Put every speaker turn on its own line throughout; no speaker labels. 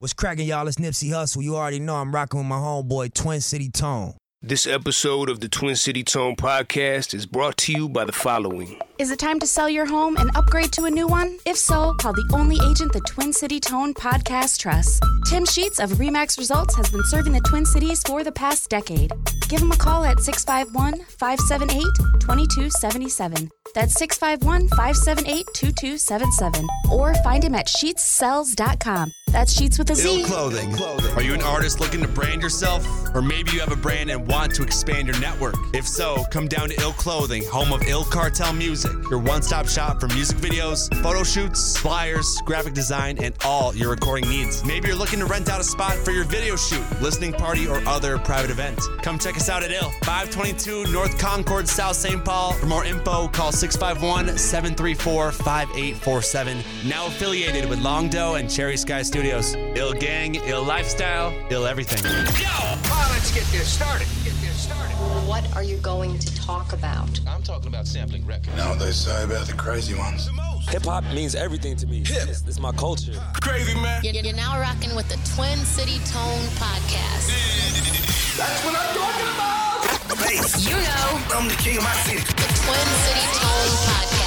What's cracking, y'all? It's Nipsey Hustle. You already know I'm rocking with my homeboy, Twin City Tone.
This episode of the Twin City Tone podcast is brought to you by the following.
Is it time to sell your home and upgrade to a new one? If so, call the only agent the Twin City Tone Podcast trusts. Tim Sheets of Remax Results has been serving the Twin Cities for the past decade. Give him a call at 651 578 2277. That's 651 578 2277. Or find him at sheetssells.com. That's Sheets with a Z.
Ill clothing. Are you an artist looking to brand yourself? Or maybe you have a brand and want to expand your network? If so, come down to Ill Clothing, home of Ill Cartel Music, your one stop shop for music videos, photo shoots, flyers, graphic design, and all your recording needs. Maybe you're looking to rent out a spot for your video shoot, listening party, or other private event. Come check us out at Ill, 522 North Concord, South St. Paul. For more info, call 651 734 5847. Now affiliated with Long Doe and Cherry Sky Studios. Ill gang, ill lifestyle, ill everything.
Yo, well, let's get this started. Get this started.
What are you going to talk about?
I'm talking about sampling records.
Now they say about the crazy ones.
Hip hop means everything to me. It's, it's my culture.
Crazy man.
You're, you're now rocking with the Twin City Tone podcast.
That's what I'm talking about.
Bass. You know.
I'm the king of my city.
The Twin City Tone podcast.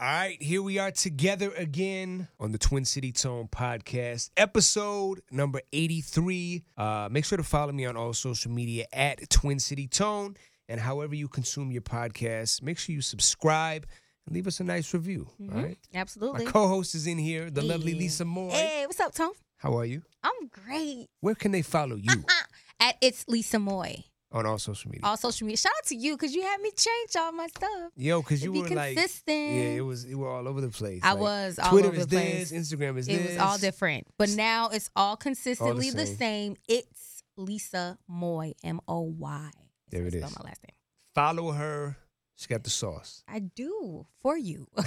All right, here we are together again on the Twin City Tone podcast, episode number 83. Uh, make sure to follow me on all social media at Twin City Tone. And however you consume your podcast, make sure you subscribe and leave us a nice review. all right.
Absolutely.
My co host is in here, the lovely Lisa Moore.
Hey, what's up, Tom?
How are you?
I'm great.
Where can they follow you
At it's Lisa Moy.
on all social media?
All social media. Shout out to you because you had me change all my stuff.
Yo, because you
be
were
consistent.
like, yeah, it was you were all over the place.
I
Like,
was all
Twitter
over
is
the place.
this, Instagram is
it
this.
was all different, but now it's all consistently the,
same.
same. It's Lisa Moy, M O Y.
There it
Spell
is.
my last name.
Follow her. She got the sauce.
I do for you.
All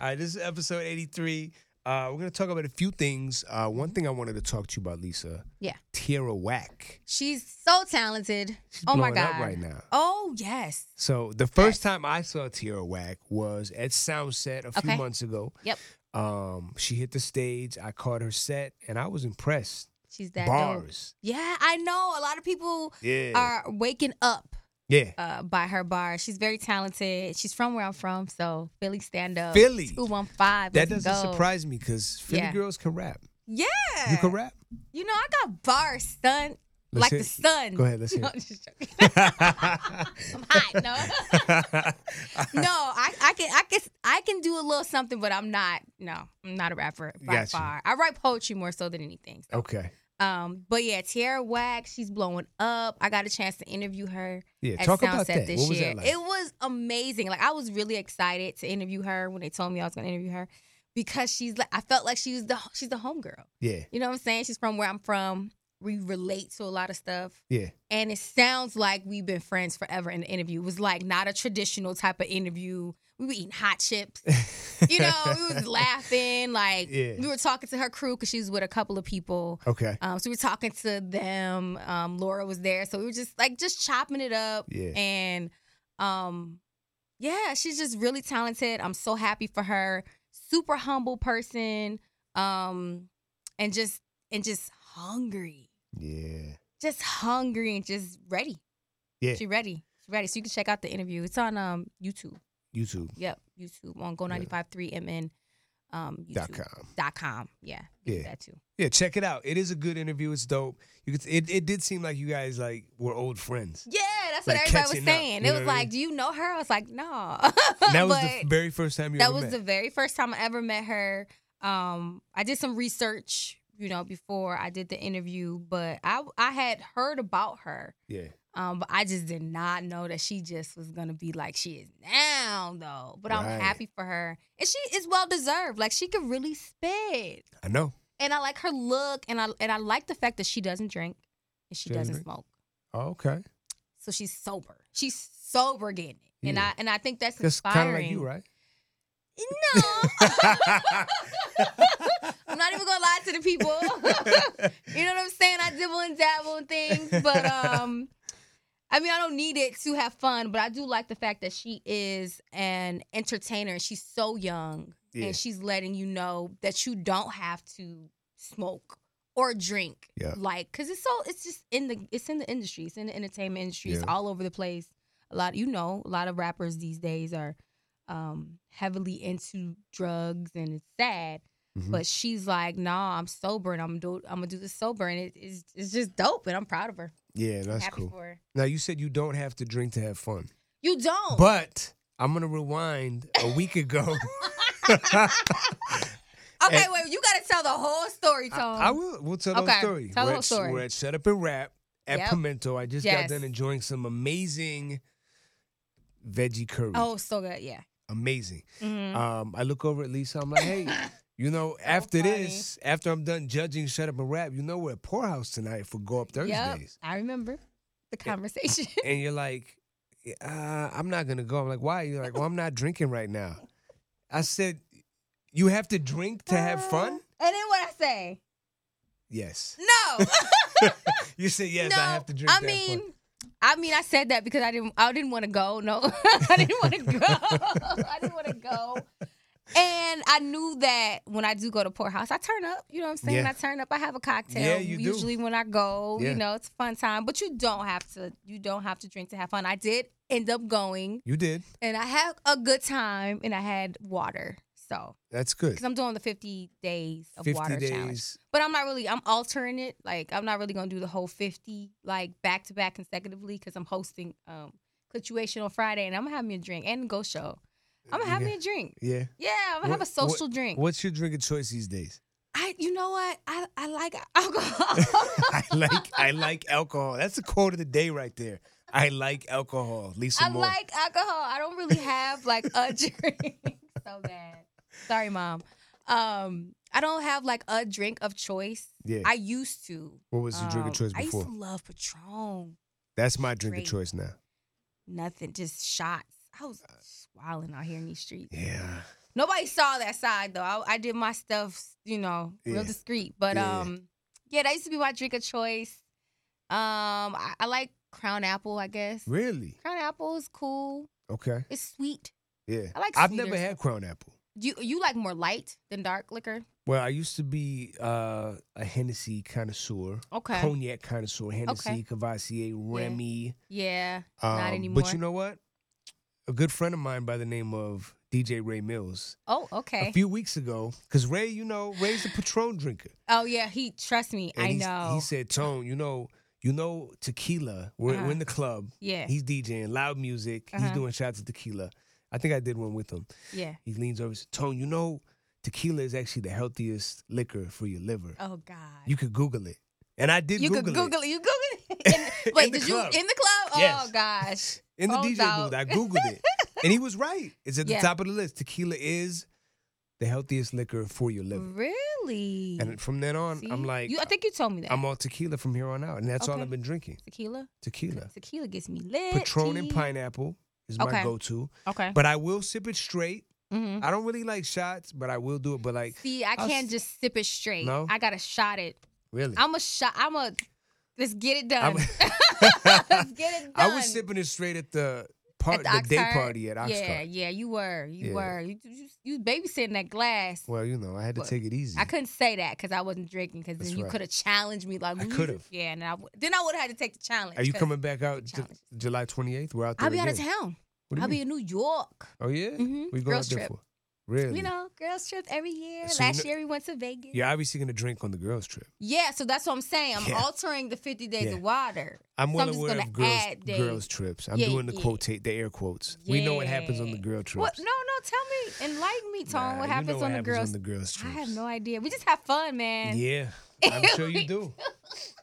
right, this is episode 83. Uh, we're going to talk about a few things. Uh, one thing I wanted to talk to you about, Lisa.
Yeah.
Tierra Whack.
She's so talented.
She's
oh my
blowing up
god.
right now.
Oh yes.
So the first time I saw Tierra Whack was at Soundset a few
Okay.
months ago.
Yep.
Um, she hit the stage. I caught her set, and I was impressed.
She's that dope.
Bars.
Yeah, I know. A lot of people
Yeah.
are waking up
Yeah.
uh, by her bar. She's very talented. She's from where I'm from, so Philly stand up.
Philly.
two one five.
that doesn't surprise me because Philly
Yeah.
girls can rap.
Yeah,
You can rap.
You know, I got bars, son.
Let's
like
hear-
the sun.
Go ahead, let's hear
No,
it.
I'm just joking. I'm hot. No, no, I, I can, I can, I can do a little something, but I'm not. No, I'm not a rapper by
Gotcha.
far. I write poetry more so than anything.
okay.
Um, but yeah, Tierra Wax, she's blowing up. I got a chance to interview her
Yeah,
at
talk
Soundset
about that.
this
What was
year.
that like?
It was amazing. Like I was really excited to interview her when they told me I was gonna interview her because she's like I felt like she was the she's the homegirl.
Yeah.
You know what I'm saying? She's from where I'm from. We relate to a lot of stuff.
Yeah.
And it sounds like we've been friends forever in the interview. It was like not a traditional type of interview. We were eating hot chips. You know, we was laughing. Like
Yeah.
we were talking to her crew because she was with a couple of people.
Okay.
Um, so we were talking to them. Um, Laura was there, so we were just like just chopping it up.
Yeah.
And um, yeah, she's just really talented. I'm so happy for her. Super humble person. Um, and just and just hungry,
Yeah.
just hungry and just ready.
Yeah.
She ready. She ready. So you can check out the interview. It's on um YouTube.
YouTube.
Yep, YouTube on Go 95.3 MN. Um,
Dot
YouTube.
com.
Dot com. Yeah. you can do
Yeah.
That too.
Yeah, check it out. It is a good interview. It's dope. You could, it it did seem like you guys like were old friends.
Yeah, that's
Like,
what everybody
catching
was
up,
saying.
you
It
know
was
what I
like,
mean?
do you know her? I was like, no.
And that was
But
the f- very first time you
that
ever
was
met.
the very first time I ever met her. Um, I did some research, you know, before I did the interview, but I I had heard about her.
yeah.
Um, but I just did not know that she just was gonna be like she is now, though. But I'm
Right.
happy for her, and she is well deserved. Like she could really spit,
I know.
and I like her look, and I and I like the fact that she doesn't drink and she,
She doesn't drink?
doesn't smoke.
Oh, okay.
So she's sober. She's sober getting it. And
Yeah.
I and I think that's
That's kind
inspiring.
of like you, right?
No. I'm not even gonna lie to the people. you know what I'm saying? I dibble and dabble and things, but um I mean, I don't need it to have fun, but I do like the fact that she is an entertainer. She's so young,
Yeah.
and she's letting you know that you don't have to smoke or drink.
Yeah.
Like, cause it's so it's just in the it's in the industry. It's in the entertainment industry. It's
Yeah.
all over the place. A lot, you know, a lot of rappers these days are um heavily into drugs, and it's sad.
Mhm.
But she's like, nah, I'm sober, and I'm do I'm gonna do this sober, and it, it's it's just dope, and I'm proud of her.
Yeah, that's
Happy
cool.
for her.
Now you said you don't have to drink to have fun,
You don't.
but I'm gonna rewind a week ago.
okay,
and-
wait. You gotta tell the whole story, Tom.
I will. We'll tell the
Oh. Okay,
whole story.
tell the
we're
whole
at,
story.
We're at Shut Up and Rap at
Yep.
Pimento. I just
Yes.
got done enjoying some amazing veggie curry.
oh, so good. Yeah.
amazing.
Mhm.
Um, I look over at Lisa. I'm like, hey, you know, after
funny.
this, after I'm done judging Shut Up and Rap, you know, we're at Poorhouse tonight for Go Up
Yep.
Thursdays.
I remember the conversation.
and you're like, uh, I'm not gonna go. I'm like, why? You're like, well, I'm not drinking right now. I said, you have to drink to have fun.
and then what I say?
Yes.
No.
You said yes.
no.
I have to drink.
I
to have fun."
mean, I mean, I said that because I didn't. I didn't want to go. No, I didn't want to go. I didn't want to go. And I knew that when I do go to Poorhouse, I turn up. You know what I'm saying?
Yeah.
I turn up. I have a cocktail.
Yeah, you do.
usually when I go,
Yeah.
you know, it's a fun time. But you don't have to. You don't have to drink to have fun. I did end up going,
you did.
and I had a good time, and I had water. So
That's good.
because I'm doing the 50 days of
50
water challenge.
days.
But I'm not really, I'm altering it. Like, I'm not really going to do the whole 50, like, back to back consecutively because I'm hosting um Clutuation on Friday and I'm going to have me a drink and go show. I'm going to have me a drink.
Yeah.
Yeah, I'm going to have a
What-
social
what-
drink.
What's your drinking choice these days?
I, you know what? I, I like alcohol.
I like I like alcohol. That's the quote of the day right there. I like alcohol. Lisa
I
Moore.
like alcohol. I don't really have like a drink. so bad. Sorry, mom. Um, I don't have like a drink of choice.
Yeah.
I used to.
what was your drink
Um,
of choice
I
before?
used to love Patron.
That's my drink of
Great.
choice now.
Nothing, just shots. I was wilding out here in these streets.
Yeah.
Nobody saw that side though. I, I did my stuff, you know,
Yeah.
real discreet. But
Yeah.
um, yeah, that used to be my drink of choice. Um, I, I like Crown Apple, I guess.
Really?
Crown Apple is cool.
Okay.
It's sweet.
Yeah.
I like
I've
sweeter
never had
stuff.
Crown Apple.
You you like more light than dark liquor?
Well, I used to be uh, a Hennessy connoisseur,
Okay.
cognac connoisseur, Hennessy,
Okay.
Cavassier, Remy.
Yeah, not
um,
anymore.
But you know what? A good friend of mine by the name of DJ Ray Mills,
oh, okay.
a few weeks ago, because Ray, you know, Ray's a Patron drinker.
oh yeah, he trust me.
And
I
he-
know.
He said, Tone, you know, you know tequila. We're, we're in the club.
Uh-huh. Yeah.
He's DJing loud music. He's
Uh-huh.
doing shots of tequila. I think I did one with him.
yeah.
He leans over and says, Tone, you know, tequila is actually the healthiest liquor for your liver.
Oh God.
You could Google it. And I did
You
Google,
could
it.
Google it. You Google it. In- wait,
In the
did
club.
you in the club?
Yes.
Oh gosh.
In the
Phone's
DJ booth,
out.
I Googled it. and he was right. It's at
Yeah.
the top of the list. Tequila is the healthiest liquor for your liver.
Really?
And from then on, I'm
Mm. See?
like,
you, I think you told me that.
I'm all tequila from here on out. And that's all
Okay.
I've been drinking
tequila.
tequila.
Tequila gets me lit.
Patron and
tea.
pineapple is my
Okay.
go-to.
Okay.
But I will sip it straight.
hmm
I don't really like shots, but I will do it. But like,
See, I
I'll
can't
s-
just sip it straight.
No?
I gotta shot it.
really,
I'm a shot. I'm a. Let's get it done.
I'm-
Let's get it done.
I was sipping it straight at the
At
part, the, day
Oxcart.
party at Oxcart.
Yeah, yeah, you were, you
Yeah.
were, you, you, you babysitting that glass.
Well, you know, I had to
But
take it easy.
I couldn't say that because I wasn't drinking. Because
That's
then you
right.
could have challenged me. Like
I
"Ooh,
could've.
Yeah, and I, w- then I would have had to take the challenge.
Are you
'cause
coming back out Ju-
challenge.
July 28th? We're out there.
I'll be out of
again.
town.
What do you
I'll be
mean?
in New York.
Oh yeah,
Mhm.
we go out
Girls
there
trip.
for really.
You know, girls trip every year.
So you
Last
kn-
year we went to Vegas.
You're obviously gonna drink on the girls trip.
Yeah, so that's what I'm saying. I'm
Yeah.
altering the 50 days
Yeah.
of water.
I'm
so
well
I'm just
aware
gonna
of girls
add days.
girls trips. I'm
Yeah,
doing the
yeah.
quote, the air quotes. We know what happens on the
Yeah.
girl trips.
What? No, no, tell me. Enlighten me, Tone.
Nah,
what
you
happens
know what
on the
happens
girls?
on the girls
I have
trips.
no idea. We just have fun, man.
Yeah, I'm sure you do.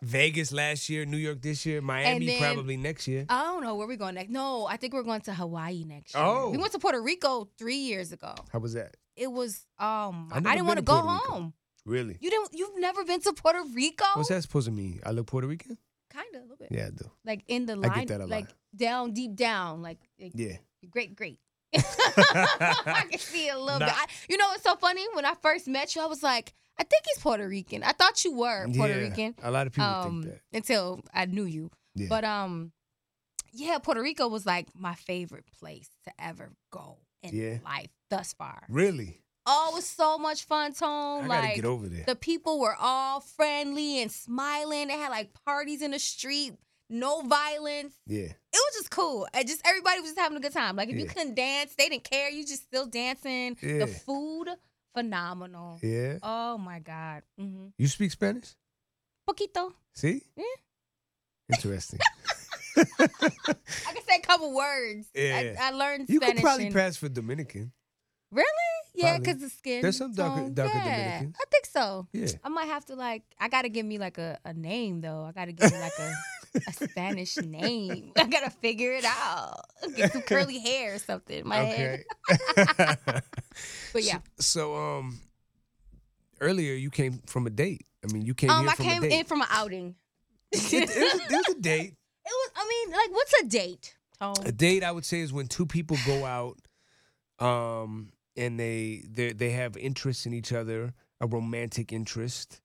Vegas last year, New York this year, Miami
then- Oh.
probably next year.
I don't know where we're going next. No, I think we're going to Hawaii next year.
Oh.
We went to Puerto Rico three years ago.
How was that?
It was um
I've
I,
never
didn't want to
been
go
to Puerto Rico.
home.
Really?
You don't you've never been to Puerto Rico?
What's that supposed to mean? I look Puerto Rican?
Kinda a little bit.
Yeah, I do.
Like in the
I get
line
that a lot.
like down deep down. Like, like
Yeah.
great, great. I can see it a little bit.
Nah.
I, you know what's so funny? When I first met you, I was like, I think he's Puerto Rican. I thought you were Puerto
Yeah,
Rican.
A lot of people
Um
think that.
until I knew you.
Yeah.
But um yeah, Puerto Rico was like my favorite place to ever go in
Yeah.
life thus far.
Really?
Oh, it was so much fun, Tone.
I
Oh, like
gotta get over there.
the people were all friendly and smiling. They had like parties in the street, no violence.
yeah.
It was just cool. And just everybody was just having a good time. Like if you
Yeah.
couldn't dance, they didn't care. You just still dancing.
Yeah.
The food, phenomenal.
Yeah.
Oh my God. hmm
You speak Spanish?
Poquito.
See?
Yeah.
Interesting.
I can say a couple words.
Yeah.
I, I learned
you
Spanish.
could probably
in-
pass for Dominican.
Really? Yeah,
Probably.
because the skin.
There's some darker-
tone.
darker
yeah,
Dominicans.
I think so.
Yeah.
I might have to like. I gotta give me like a, a name though. I gotta give me like a, a Spanish name. I gotta figure it out. Get some curly hair or something. in My head.
Okay.
But yeah.
so um earlier you came from a date. I mean you came
Um,
here
I
from
came
a date.
in from an outing.
it, it was, it was a date.
It was. I mean, like, what's a date? Tone.
A date I would say is when two people go out um and they they they have interests in each other, a romantic interest,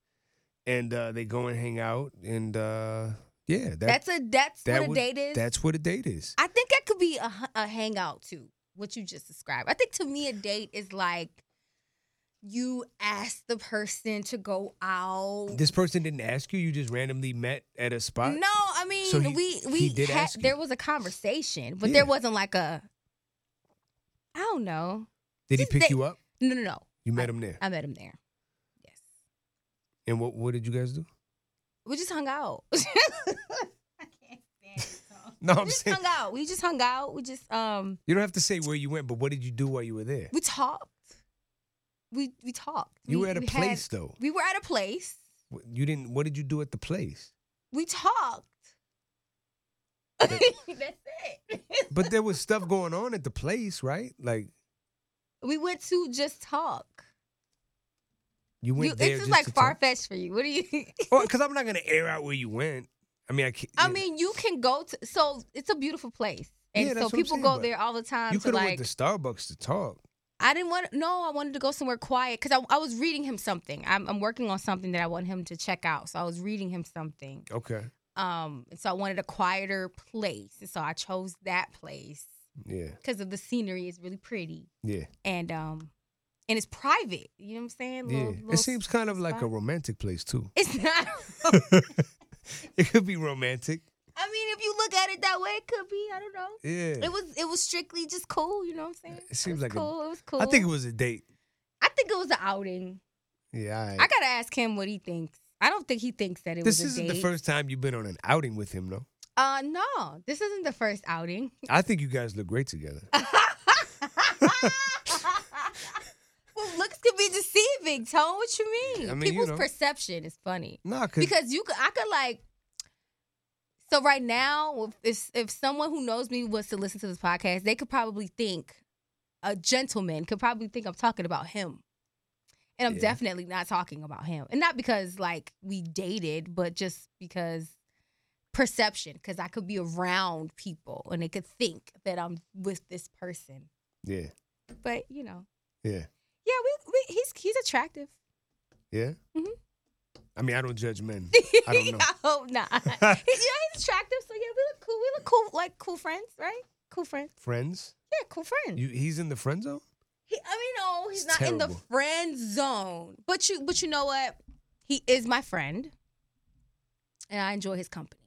and uh they go and hang out and uh yeah, that,
that's a that's
that
what a
would-
date is.
That's what a date is.
I think that could be a, h- a hangout too, what you just described. I think to me, a date is like you ask the person to go out.
This person didn't ask you, you just randomly met at a spot.
no, I mean
So he-
we
he
we
did
had
ask you.
there was a conversation, but
Yeah.
there wasn't like a I don't know.
Did he
this
pick
date-
you up?
No, no, no.
You met him there.
I met him there. Yes,
And what what did you guys do?
we just hung out. I can't stand it.
No,
We
I'm
just
saying
hung out. We just hung out. We just um
you don't have to say where you went, but what did you do while you were there?
we talked. We we talked.
You
We-
were at a
we had-
place though.
We were at a place.
Wh- You didn't. What did you do at the place?
We talked. That's it.
But there was stuff going on at the place, right? Like
we went to just talk.
you went
You,
there.
this is
just
like
to
far
talk?
fetched for you. What do you?
Because I'm not gonna air out where you went. I mean, I can't.
I
yeah.
mean, you can go to. So it's a beautiful place, and
Yeah, that's
so
what I'm
people
saying,
go
but
there all the time.
you
to
could have
like,
went to Starbucks to talk.
I didn't want. No, I wanted to go somewhere quiet because I, I was reading him something. I'm, I'm working on something that I want him to check out. So I was reading him something.
Okay.
Um, and so I wanted a quieter place, and so I chose that place
Yeah.
because of the scenery is really pretty.
Yeah.
and um and it's private. You know what I'm saying?
Yeah.
Little- little
It seems kind of like a
spot.
romantic place too.
It's not.
it could be romantic.
I mean, if you look at it that way, it could be. I don't know.
Yeah.
It was it was strictly just cool. You know what I'm saying?
It seems
was
like a-
cool. it was cool.
I think it was a date.
I think it was an outing.
Yeah. all right.
I gotta ask him what he thinks. I don't think he thinks that it
this
was a
isn't
date.
the first time you've been on an outing with him, though.
Uh, no, this isn't the first outing.
I think you guys look great together.
Uh, Well, looks could be deceiving, Tone. What you mean?
I mean, you
People's
know.
perception is funny.
nah, cause
because you could, I could like. So right now, if if someone who knows me was to listen to this podcast, they could probably think a gentleman could probably think I'm talking about him, and I'm
Yeah.
definitely not talking about him, and not because like we dated, but just because perception, because I could be around people and they could think that I'm with this person,
yeah,
but you know,
yeah,
yeah, we, we he's he's attractive.
yeah.
Mhm.
I mean, I don't judge men. I don't know.
I hope not. He- yeah, he's attractive, so yeah, we look cool. We look cool, like cool friends, right? Cool friends.
Friends?
Yeah, cool friends.
You, he's in the friend zone.
he, I mean, no, he's
It's
not in the
terrible.
friend zone, but you, but you know what? He is my friend, and I enjoy his company.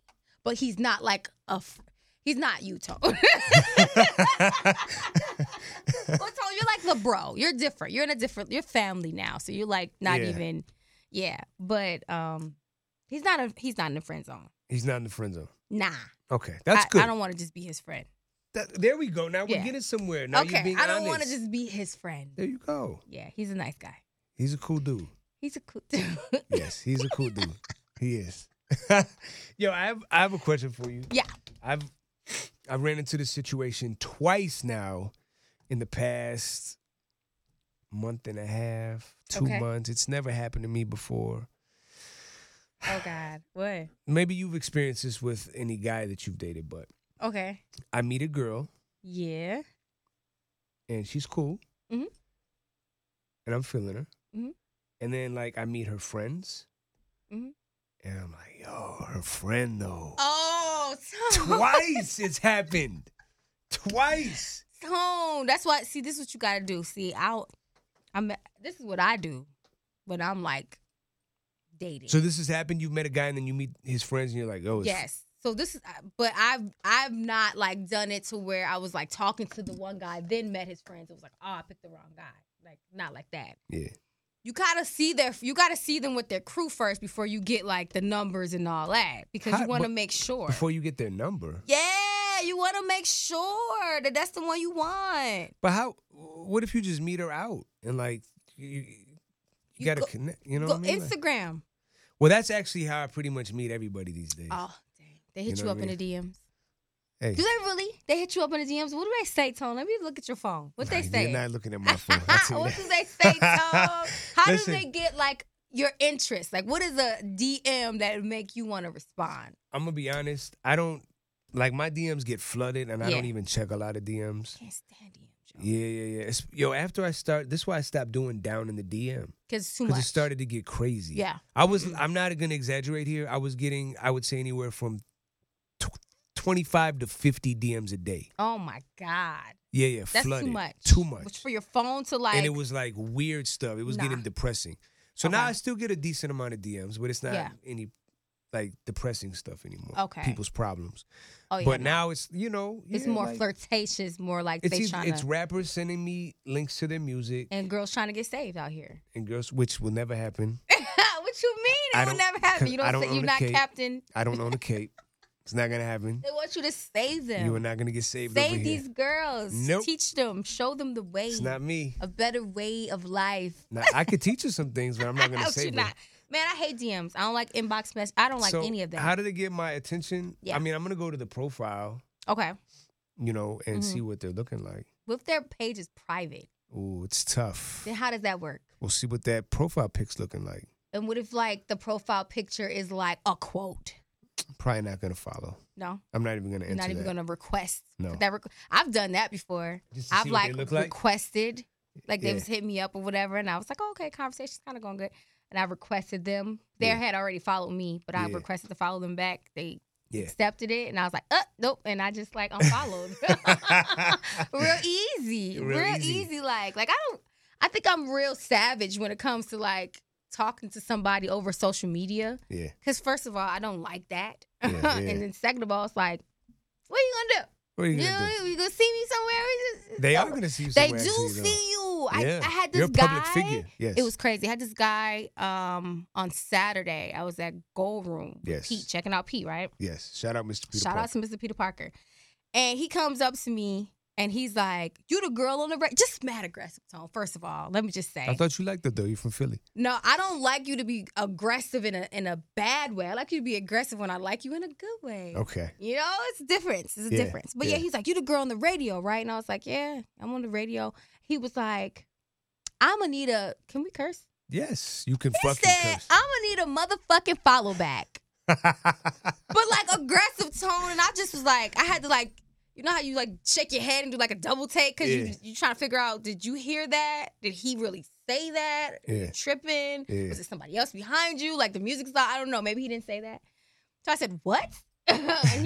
But he's not like a. Fr- he's not Utah. well, Tone, you're like the bro. You're different. You're in a different. You're family now, so you're like not
Yeah.
even. Yeah, but um, he's not a. He's not in the friend zone.
He's not in the friend zone.
Nah,
Okay, that's
I,
good.
I don't want to just be his friend.
That- there we go. Now we're
Yeah.
getting somewhere. Now you're
okay,
being
I don't want
honest.
to just be his friend.
There you go.
Yeah, he's a nice guy.
He's a cool dude.
He's a cool dude.
Yes, he's a cool dude. He is. Yo, I have I have a question for you.
Yeah.
I've I ran into this situation twice now in the past month and a half, two
Okay.
months. It's never happened to me before.
oh God, what?
Maybe you've experienced this with any guy that you've dated, but
Okay.
I meet a girl
Yeah.
and she's cool.
Mhm.
And I'm feeling her.
Mhm.
And then like I meet her friends.
Mhm.
And I'm like, yo, her friend though.
Oh, so
Twice it's happened. Twice.
tone. That's why. See, this is what you gotta do. See, I, I'm. This is what I do when I'm like dating.
So this has happened. You met a guy and then you meet his friends and you're like, oh, it's
yes. So this is, uh, but I've I've not like done it to where I was like talking to the one guy, then met his friends. It was like, oh, I picked the wrong guy. Like not like that.
yeah.
You gotta see their you gotta see them with their crew first before you get like the numbers and all that because
How-
you want to
but-
make sure.
Before you get their number.
yeah, you want to make sure that that's the one you want.
But how? What if you just meet her out and like you, you,
You
gotta
go-
connect? You know
Go
what I mean? Like-
Instagram.
well, that's actually how I pretty much meet everybody these days.
Oh, dang. They hit
know
you,
what
up
I
in the DMs.
hey,
Do they really? They hit you up in the DMs. What do they say, Tone? Let me look at your phone. What they say?
You're not looking at my phone. I tell you
what
that.
do they say, Tone? How
Listen.
do they get like your interest? Like, what is a DM that would make you want to respond?
I'm gonna be honest. I don't like my DMs get flooded, and I
Yeah.
don't even check a lot of DMs.
Can't stand DMs, y'all.
Yeah, yeah, yeah. It's, yo, after I start, this is why I stopped doing down in the DM
Because it's too
because
much.
it started to get crazy.
Yeah. Mm.
I was. I'm not gonna exaggerate here. I was getting. I would say anywhere from tw- 25 to 50 DMs a day.
Oh my God.
Yeah, yeah.
That's
flooded.
too much.
Too much.
Which for your phone to like.
and it was like weird stuff. It was
Nah.
getting depressing. So now
Okay.
I still get a decent amount of DMs, but it's not
Yeah.
any like depressing stuff anymore.
Okay.
People's problems.
oh, yeah,
but
no.
now it's you know
it's
yeah,
more
like,
flirtatious, more like
It's
they
eith-
trying
it's
to.
rappers sending me links to their music
and girls trying to get saved out here.
and girls, which will never happen.
what you mean?
I
It will
don't-
never happen. You
I
don't,
don't
say
own
you're
a
not
cape.
captain.
I don't own a cape. It's not gonna happen.
They want you to save them.
You are not gonna get saved over
Save
here.
these girls.
Nope.
Teach them. Show them the way.
It's not me.
a better way of life.
Now, I could teach you some things, but I'm not gonna
Out you
save them.
not. Man, I hate DMs. I don't like inbox mess. I don't like
So,
any of that.
How did it get my attention?
Yeah.
I mean, I'm gonna go to the profile,
okay.
you know, and
Mm-hmm.
see what they're looking like.
What if their page is private?
Ooh, it's tough.
Then how does that work?
We'll see what that profile pic's looking like.
And what if like the profile picture is like a quote?
Probably not gonna follow.
No,
I'm not even gonna
you're
answer
not even
that.
gonna request.
No.
Put That requ- I've done that before.
Just to
I've
see what they
like,
look like?
requested, like they
Yeah.
was hit me up or whatever, and I was like, oh, okay, conversation's kind of going good. And I requested them. They had already followed me, but I
Yeah.
requested to follow them back. They
Yeah.
accepted it, and I was like, uh, nope. And I just like unfollowed. real easy,
Real
real,
easy.
easy. Like, like I don't. I think I'm real savage when it comes to like talking to somebody over social media.
Yeah.
Cause first of all, I don't like that,
Yeah, yeah.
and then second of all, it's like, what are you gonna do?
What are you
You,
gonna do?
you gonna see me somewhere? We just-
They
it's
are
over.
gonna see you
Oh, They
somewhere,
do
actually, though.
see you. I,
Yeah.
I had this
You're a
guy.
public figure. Yes.
It was crazy. I had this guy um on Saturday. I was at Gold Room. with
Yes.
Pete checking out Pete. Right.
Yes. Shout out, Mr. Peter.
Shout
Parker.
out to Mr. Peter Parker. And he comes up to me and he's like, "You the girl on the right." Just mad aggressive tone. First of all, let me just say.
I thought you liked it though. You're from Philly.
No, I don't like you to be aggressive in a in a bad way. I like you to be aggressive when I like you in a good way.
Okay.
You know, it's a difference. It's a
Yeah,
difference. But yeah.
yeah.
he's like, You the girl on the radio, right? And I was like, Yeah, I'm on the radio. He was like, I'ma need a can we curse?
Yes, you can
He
fucking
said, I'ma need a motherfucking follow back.
curse.
But like aggressive tone. And I just was like, I had to like you know how you like shake your head and do like a double take because
Yeah.
you you trying to figure out did you hear that? Did he really say that? Are you
Yeah.
tripping?
Yeah.
Was it somebody else behind you? Like the music's loud. I don't know. Maybe he didn't say that. So I said, "What?" and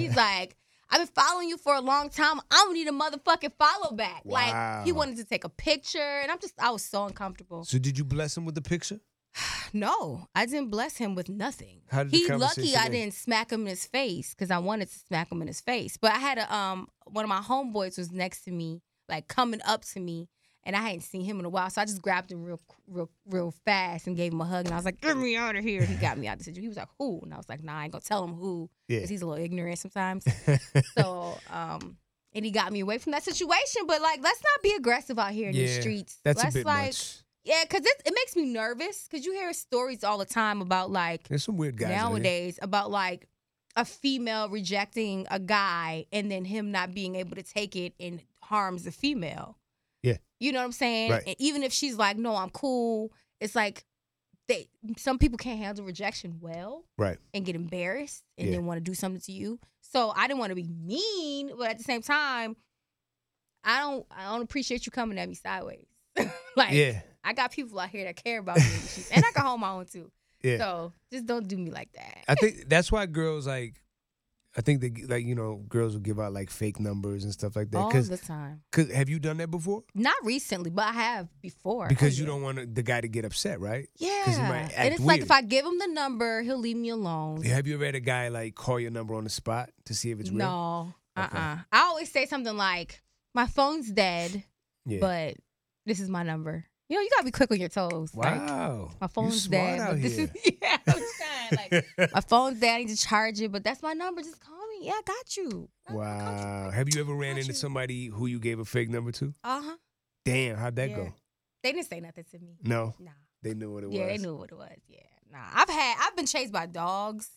he's like, "I've been following you for a long time. I'm gonna need a motherfucking follow back." Like he
Wow.
wanted to take a picture, and I'm just, I was so uncomfortable.
so did you bless him with the picture?
No, I didn't bless him with nothing.
How did the
he lucky
conversation
I
end?
didn't smack him in his face because I wanted to smack him in his face. But I had a um one of my homeboys was next to me, like coming up to me, and I hadn't seen him in a while, so I just grabbed him real, real, real fast and gave him a hug, and I was like, "Get me out of here!" He got me out of the situation. He was like, "Who?" And I was like, "Nah, I ain't gonna tell him who,
Yeah.
because he's a little ignorant sometimes." so um. And he got me away from that situation, but like, let's not be aggressive out here in
yeah,
the streets.
That's
let's
a bit
like,
much.
yeah, because it, it makes me nervous because you hear stories all the time about like
There's some weird guys out here.
nowadays about like a female rejecting a guy and then him not being able to take it and harms the female.
Yeah.
You know what I'm saying?
Right.
And even if she's like, no, I'm cool, it's like they some people can't handle rejection well
Right.
and get embarrassed and
Yeah.
then want to do something to you. So I didn't want to be mean, but at the same time, I don't I don't appreciate you coming at me sideways. like
Yeah.
I got people out here that care about me, and I can hold my own too.
Yeah.
So just don't do me like that.
I think that's why girls like I think that like you know girls will give out like fake numbers and stuff like that.
all
Cause,
the time.
'cause- have you done that before?
Not recently, but I have before.
Oh,
Because you don't want to- the guy to get upset, right? 'Cause he
Yeah,
might act
and it's like if
weird.
I give him the number, he'll leave me alone.
Have you ever had a guy like call your number on the spot to see if it's real?
No, uh,
Okay.
uh I always say something like, "My phone's dead,
Yeah.
but this is my number." You know, you gotta be quick on your toes. Like,
wow.
my
You
phone's
smart
dead,
out
but this
here.
is yeah. I'm trying, like, my phone's dead. I need to charge it, but that's my number. Just call me. Yeah, I got you.
Wow. Have you ever ran into somebody who you gave a fake number to?
Uh huh.
Damn, how'd that
Yeah.
go?
They didn't say nothing to me.
No.
Nah.
They knew what it
Yeah,
was.
they knew what it was. Yeah. Nah. I've had I've been chased by dogs.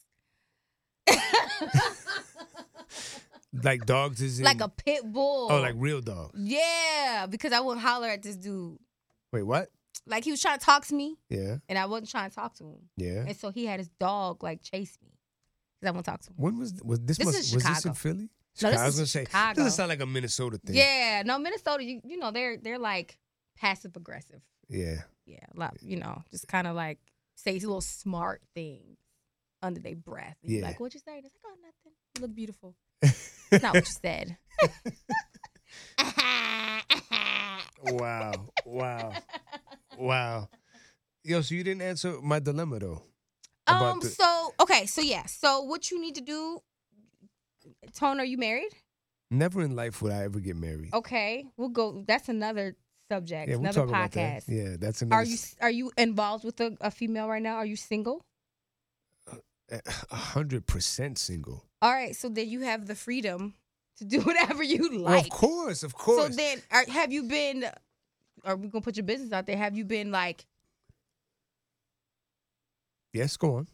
Like dogs is in,
like a pit bull.
Oh, like real
Mm.
dogs.
Yeah, because I wouldn't holler at this dude.
Wait, what?
Like he was trying to talk to me
Yeah.
and I wasn't trying to talk to him.
Yeah.
And so he had his dog like chase me. Because I won't talk to him.
When was was this,
This
must,
is
was this in
Chicago.
Philly?
No, this
I was
is
gonna say
Chicago.
doesn't sound like a Minnesota thing.
Yeah. No, Minnesota, you you know, they're they're like passive aggressive.
Yeah.
Yeah. A lot, you know, just kind of like say these little smart things under their breath. And you're
Yeah.
Like, what'd you say? It's like, oh nothing. You look beautiful. That's not what you said.
Wow. wow. Wow. Yo, so you didn't answer my dilemma though. about
Um.
the-
So okay. So yeah. So what you need to do, Tone? Are you married?
Never in life would I ever get married.
Okay. We'll go. That's another subject.
yeah, we'll
Oh, another
talk about that.
podcast.
Yeah, that's another.
Are you are you involved with a, a female right now? Are you single?
eh, hundred percent single?
All right. So then you have the freedom to do whatever you like.
Well, of course, of course.
So then, are, have you been? Are we gonna put your business out there? Have you been like?
yes, go on.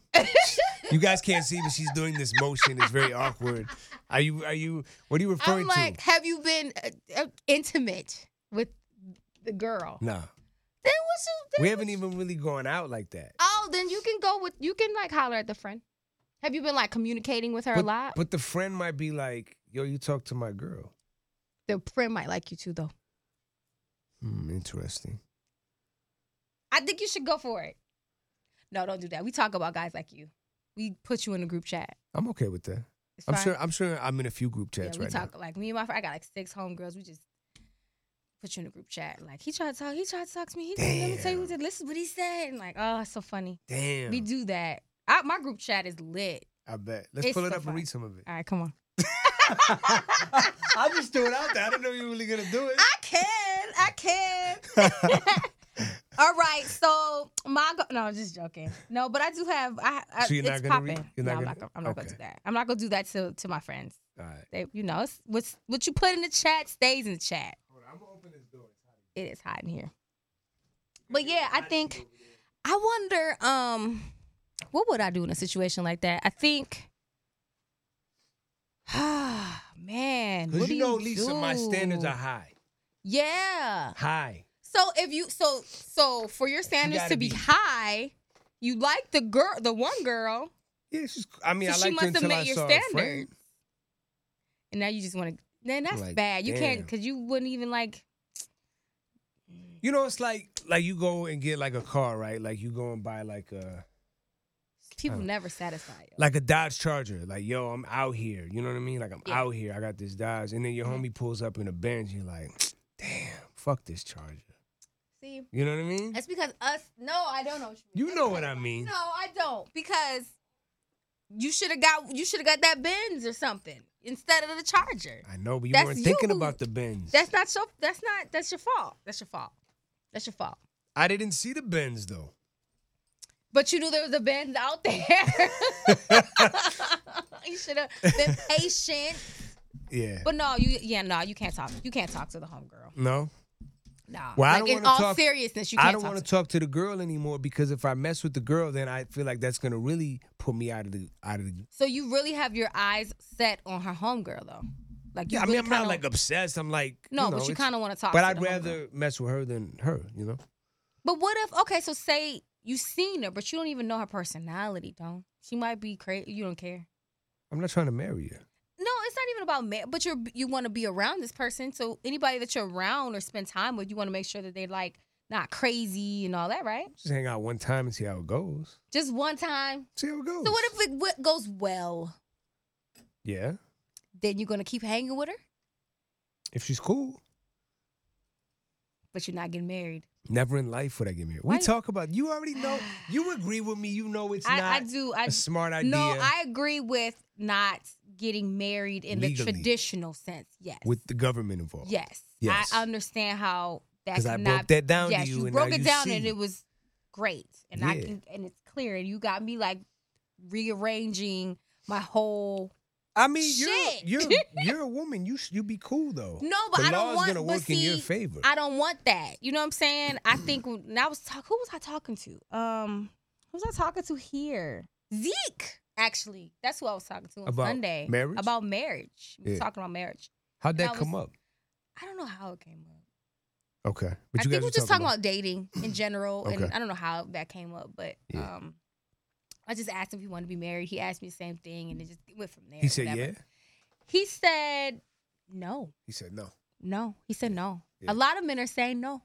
you guys can't see, but she's doing this motion. It's very awkward. Are you? Are you? What are you referring
I'm like,
to?
have you been uh, uh, intimate with the girl?
Nah,
Then what's you? Then
we
what's-
haven't even really gone out like that.
Oh, then you can go with you can like holler at the friend. Have you been like communicating with her
but,
a lot?
but the friend might be like, "Yo, you talk to my girl."
the friend might like you too, though.
Hmm, interesting.
I think you should go for it. No, don't do that. We talk about guys like you. We put you in a group chat.
I'm okay with that.
It's
I'm
fine.
sure. I'm sure. I'm in a few group
Yeah,
chats
we
right
talk like me and my friend. I got like six homegirls. We just put you in a group chat. Like he tried to talk. He tried to talk to me. He let me tell you what. he- Listen, what he said. And like, oh, it's so funny.
now. Damn.
We do that. I, my group chat is lit.
I bet. Let's
It's
pull it
so
up
fun.
and read some of it.
All right, come on.
I just threw it out there. I didn't know you were really gonna do it.
I can. I can. All right, so my go- no, I'm just joking. No, but I do have. I, I
So you're not
it's
gonna
popping.
read- you're
no,
not
I'm
gonna-
not. Gonna, I'm not gonna do
okay.
that. I'm not gonna do that to to my friends.
All right.
They, you know, it's, what's what you put in the chat stays in the chat. It is hot in here. But yeah, I think I wonder um what would I do in a situation like that? I think. Ah man, what
Because
do
you know, Lisa, my
do?
standards are high.
Yeah.
High.
So if you so so for your standards
gotta
to be,
be-
high, you like the girl, the one girl,
Yeah, she's. I mean,
So
I
she
like
must have
until
met
I
your
saw
standards.
a friend.
and now you just want to. Then that's
Like,
bad. You can't
damn.
because you wouldn't even like.
You know, it's like like you go and get like a car, right? Like you go and buy like a
People never satisfied. yo.
like a Dodge Charger. Like, yo, I'm out here. You know what I mean? Like I'm out here. I got this Dodge, and then your
Mm-hmm.
homie pulls up in a Benz. You're like, damn, fuck this Charger.
See,
You know what I mean?
that's because us. No, I don't know. What you, mean.
You know what I mean?
No, I don't because you should have got you should have got that Benz or something instead of the Charger.
I know, but you
That's
weren't thinking
you.
about the Benz.
That's not your. That's not. That's your fault. That's your fault. That's your fault.
I didn't see the Benz though.
But you knew there was a band out there. you should have been patient.
Yeah.
But no, you yeah, no, you can't talk. You can't talk to the homegirl.
no.
No.
Well, I
like
don't
in
wanna
all
talk-
seriousness, you can't
I don't
talk
want
to
to talk to the girl anymore because if I mess with the girl, then I feel like that's gonna really put me out of the out of the.
So you really have your eyes set on her homegirl though. Like you
Yeah, I mean,
really
I'm not
kinda-
like obsessed. I'm like
No,
you know,
but you
it's-
kinda wanna talk
But
to
I'd
the homegirl.
rather mess with her than her. You know.
But what if okay, so say you seen her, but you don't even know her personality, don't. She might be crazy you don't care.
I'm not trying to marry you.
No, it's not even about ma- but you're you want to be around this person. So anybody that you're around or spend time with, you want to make sure that they like not crazy and all that, right?
Just hang out one time and see how it goes.
Just one time.
See how it goes.
So what if it w- goes well?
Yeah.
then you're gonna keep hanging with her,
If she's cool.
but you're not getting married.
Never in life would I get married.
Why-
We talk about you already know. You agree with me. You know it's
I,
not
I do. I
a smart idea.
no. I agree with not getting married in
Legally.
the traditional sense. Yes.
with the government involved.
yes.
Yes.
I understand how that
'Cause
could
I
not,
broke that down to
Yes,
you and
broke
now
it
you
down,
see.
and it was great. And I
Yeah.
can, and it's clear. And you got me like rearranging my whole
I mean,
Shit.
you're you're you're a woman. You sh- you be cool though.
No, but
the
I don't
law's
want.
gonna
but
work in your
see,
favor.
I don't want that. You know what I'm saying? I think when and I was talk. Who was I talking to? Um, who was I talking to here? Zeke, actually. That's who I was talking to on
About
Sunday.
marriage?
About marriage. We were
Yeah.
talking about marriage.
How'd that
I
come
was-
up?
I don't know how it came up.
Okay,
I think we're just talking about, dating in general, and
Okay.
I don't know how that came up, but
Yeah.
um, I just asked him if he wanted to be married. He asked me the same thing, and it just went from there.
He said
whatever.
yeah.
He said no,
He said no
no. He said no.
Yeah.
A lot of men are saying no.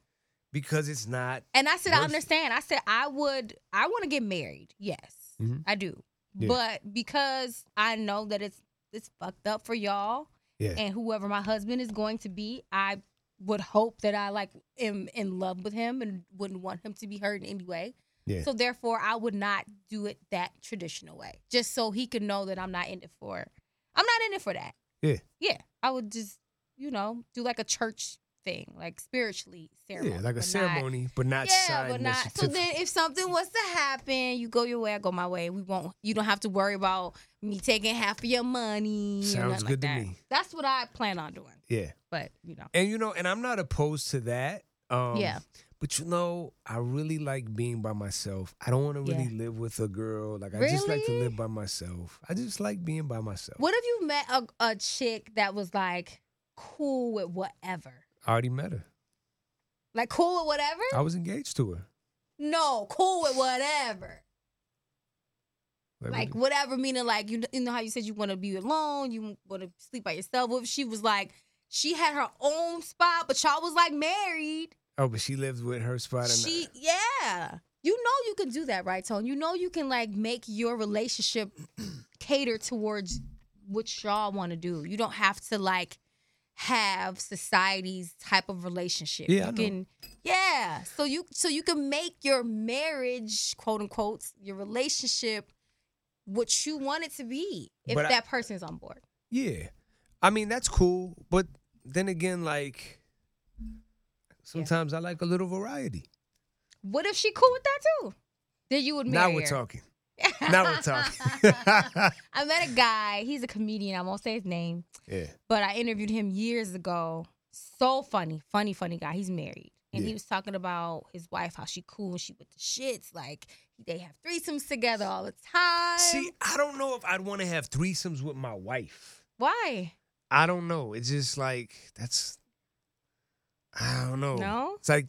because it's not.
And I said, I
Worth it.
understand. I said, I would, I want to get married. Yes,
Mhm.
I do.
Yeah.
But because I know that it's it's fucked up for y'all
Yeah.
and whoever my husband is going to be, I would hope that I like am in love with him and wouldn't want him to be hurt in any way.
Yeah.
So therefore, I would not do it that traditional way, just so he could know that I'm not in it for. I'm not in it for that.
Yeah.
Yeah. I would just, you know, do like a church thing, like spiritually ceremony.
yeah, like a
but not-
ceremony, but not
yeah,
signing
but
a
not. So
certificate.
then, if something was to happen, you go your way, I go my way. We won't. You don't have to worry about me taking half of your money. or
Sounds
nothing like
good to
that.
me.
That's what I plan on doing.
yeah,
But you know,
and you know, and I'm not opposed to that. Um,
Yeah.
But you know, I really like being by myself. I don't want to really live with a girl. Like I just like to
Really?
live by myself. I just like being by myself.
what if you met a, a chick that was like cool with whatever,
I already met her.
like cool with whatever?
I was engaged to her.
no, cool with whatever. Like
what-
whatever, meaning like you, you know how you said you want to be alone, you want to sleep by yourself. What if she was like, she had her own spot, but y'all was like married?
oh, but she lived with her spot. And
She, yeah. You know you can do that, right, Tone? You know you can like make your relationship cater towards what y'all want to do. You don't have to like have society's type of relationship.
Yeah,
you
I know.
can yeah. So you so you can make your marriage, quote unquote, your relationship what you want it to be if
But I-
that person is on board.
Yeah. I mean, that's cool, but then again, like sometimes I like a little variety.
What if she cool with that too? Then you would marry
now we're
her.
talking. now we're talking.
I met a guy. He's a comedian. I won't say his name,
yeah.
but I interviewed him years ago. So funny, funny, funny guy. He's married, and
Yeah.
he was talking about his wife, how she cool, and she with the shits. Like they have threesomes together all the time.
See, I don't know if I'd want to have threesomes with my wife.
why?
I don't know. It's just like that's I don't know.
No?
It's like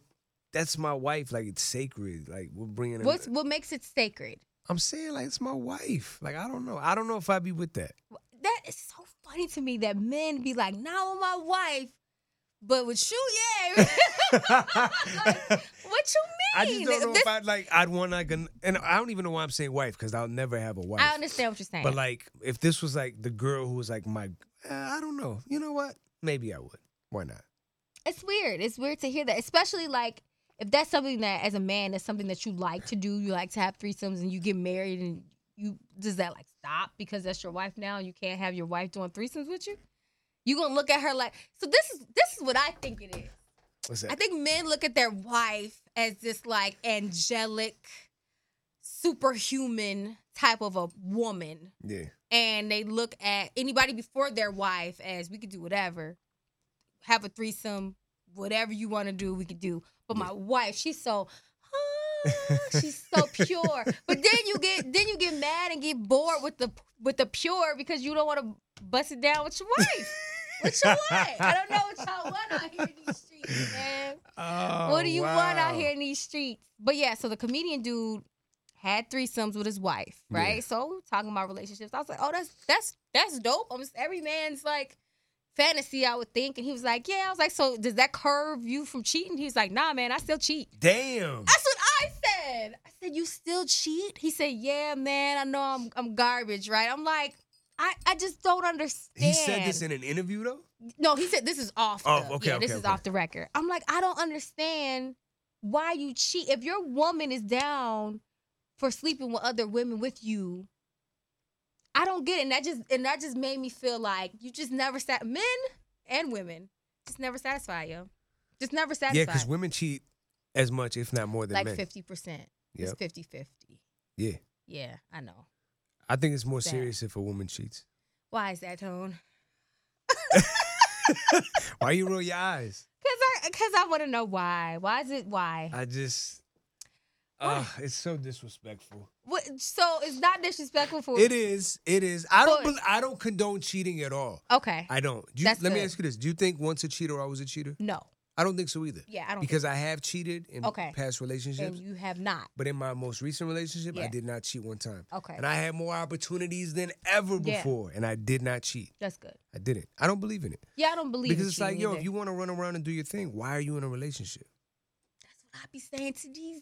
that's my wife. Like it's sacred. Like we're bringing.
What's
it.
what makes it sacred?
I'm saying like it's my wife. Like I don't know. I don't know if I'd be with that.
That is so funny to me that men be like, "Not with my wife," but with you, yeah. Like, what you mean?
I just don't know
This-
if I'd like. I'd want like an, and I don't even know why I'm saying wife because I'll never have a wife.
I understand what you're saying.
But like, if this was like the girl who was like my, uh, I don't know. You know what? Maybe I would. Why not?
It's weird. It's weird to hear that, especially like if that's something that, as a man, that's something that you like to do. You like to have threesomes, and you get married, and you does that like stop because that's your wife now? and You can't have your wife doing threesomes with you. You gonna look at her like so? This is this is what I think it is.
What's that?
I think men look at their wife as this like angelic, superhuman type of a woman,
yeah.
and they look at anybody before their wife as we could do whatever, have a threesome, whatever you want to do, we could do. But my wife, she's so. ah, She's so pure, but then you get then you get mad and get bored with the with the pure because you don't want to bust it down with your wife. with your wife, I don't know what y'all want out here in these streets, man.
Oh,
what do you want out
wow.
here in these streets? But yeah, so the comedian dude had threesomes with his wife, right?
Yeah.
So we were talking about relationships. I was like, oh, that's that's that's dope. I'm just- every man's like fantasy, I would think. And he was like, yeah. I was like, so does that curve you from cheating? He was like, nah, man, I still cheat.
Damn.
That's what I said. I said, you still cheat? He said, yeah, man. I know I'm I'm garbage, right? I'm like, I, I just don't understand.
He said this in an interview though.
No, he said this is off. The,
Oh, okay,
yeah,
okay,
this is
okay.
off the record. I'm like, I don't understand why you cheat. If your woman is down for sleeping with other women with you, I don't get it. And that just and that just made me feel like you just never sat men and women just never satisfy you. Just never satisfy.
yeah, because women cheat as much, if not more, than
like
men.
fifty percent. It's
Yep.
50 50
Yeah,
Yeah, I know.
I think it's more
Sad.
serious if a woman cheats.
Why is that tone?
Why you roll your eyes?
Cause I cause I want to know why. Why is it why?
I just, uh, it's so disrespectful.
What, so it's not disrespectful for
It is. It is. I don't.
But-
bel I don't condone cheating at all.
Okay.
I don't. Do you,
That's
let me
good.
ask you this: Do you think once a cheater, always a cheater?
no.
I don't think so either.
Yeah, I don't think
Because I have cheated in
Okay.
past relationships.
And you have not.
But in my most recent relationship, I
Yeah.
did not cheat one time.
Okay.
And I had more opportunities than ever
Yeah.
before, and I did not cheat.
That's good.
I didn't. I don't believe in it
Yeah, I don't believe
because
in
it's like,
cheating
yo,
either.
if you want to run around and do your thing, why are you in a relationship?
I be saying to these,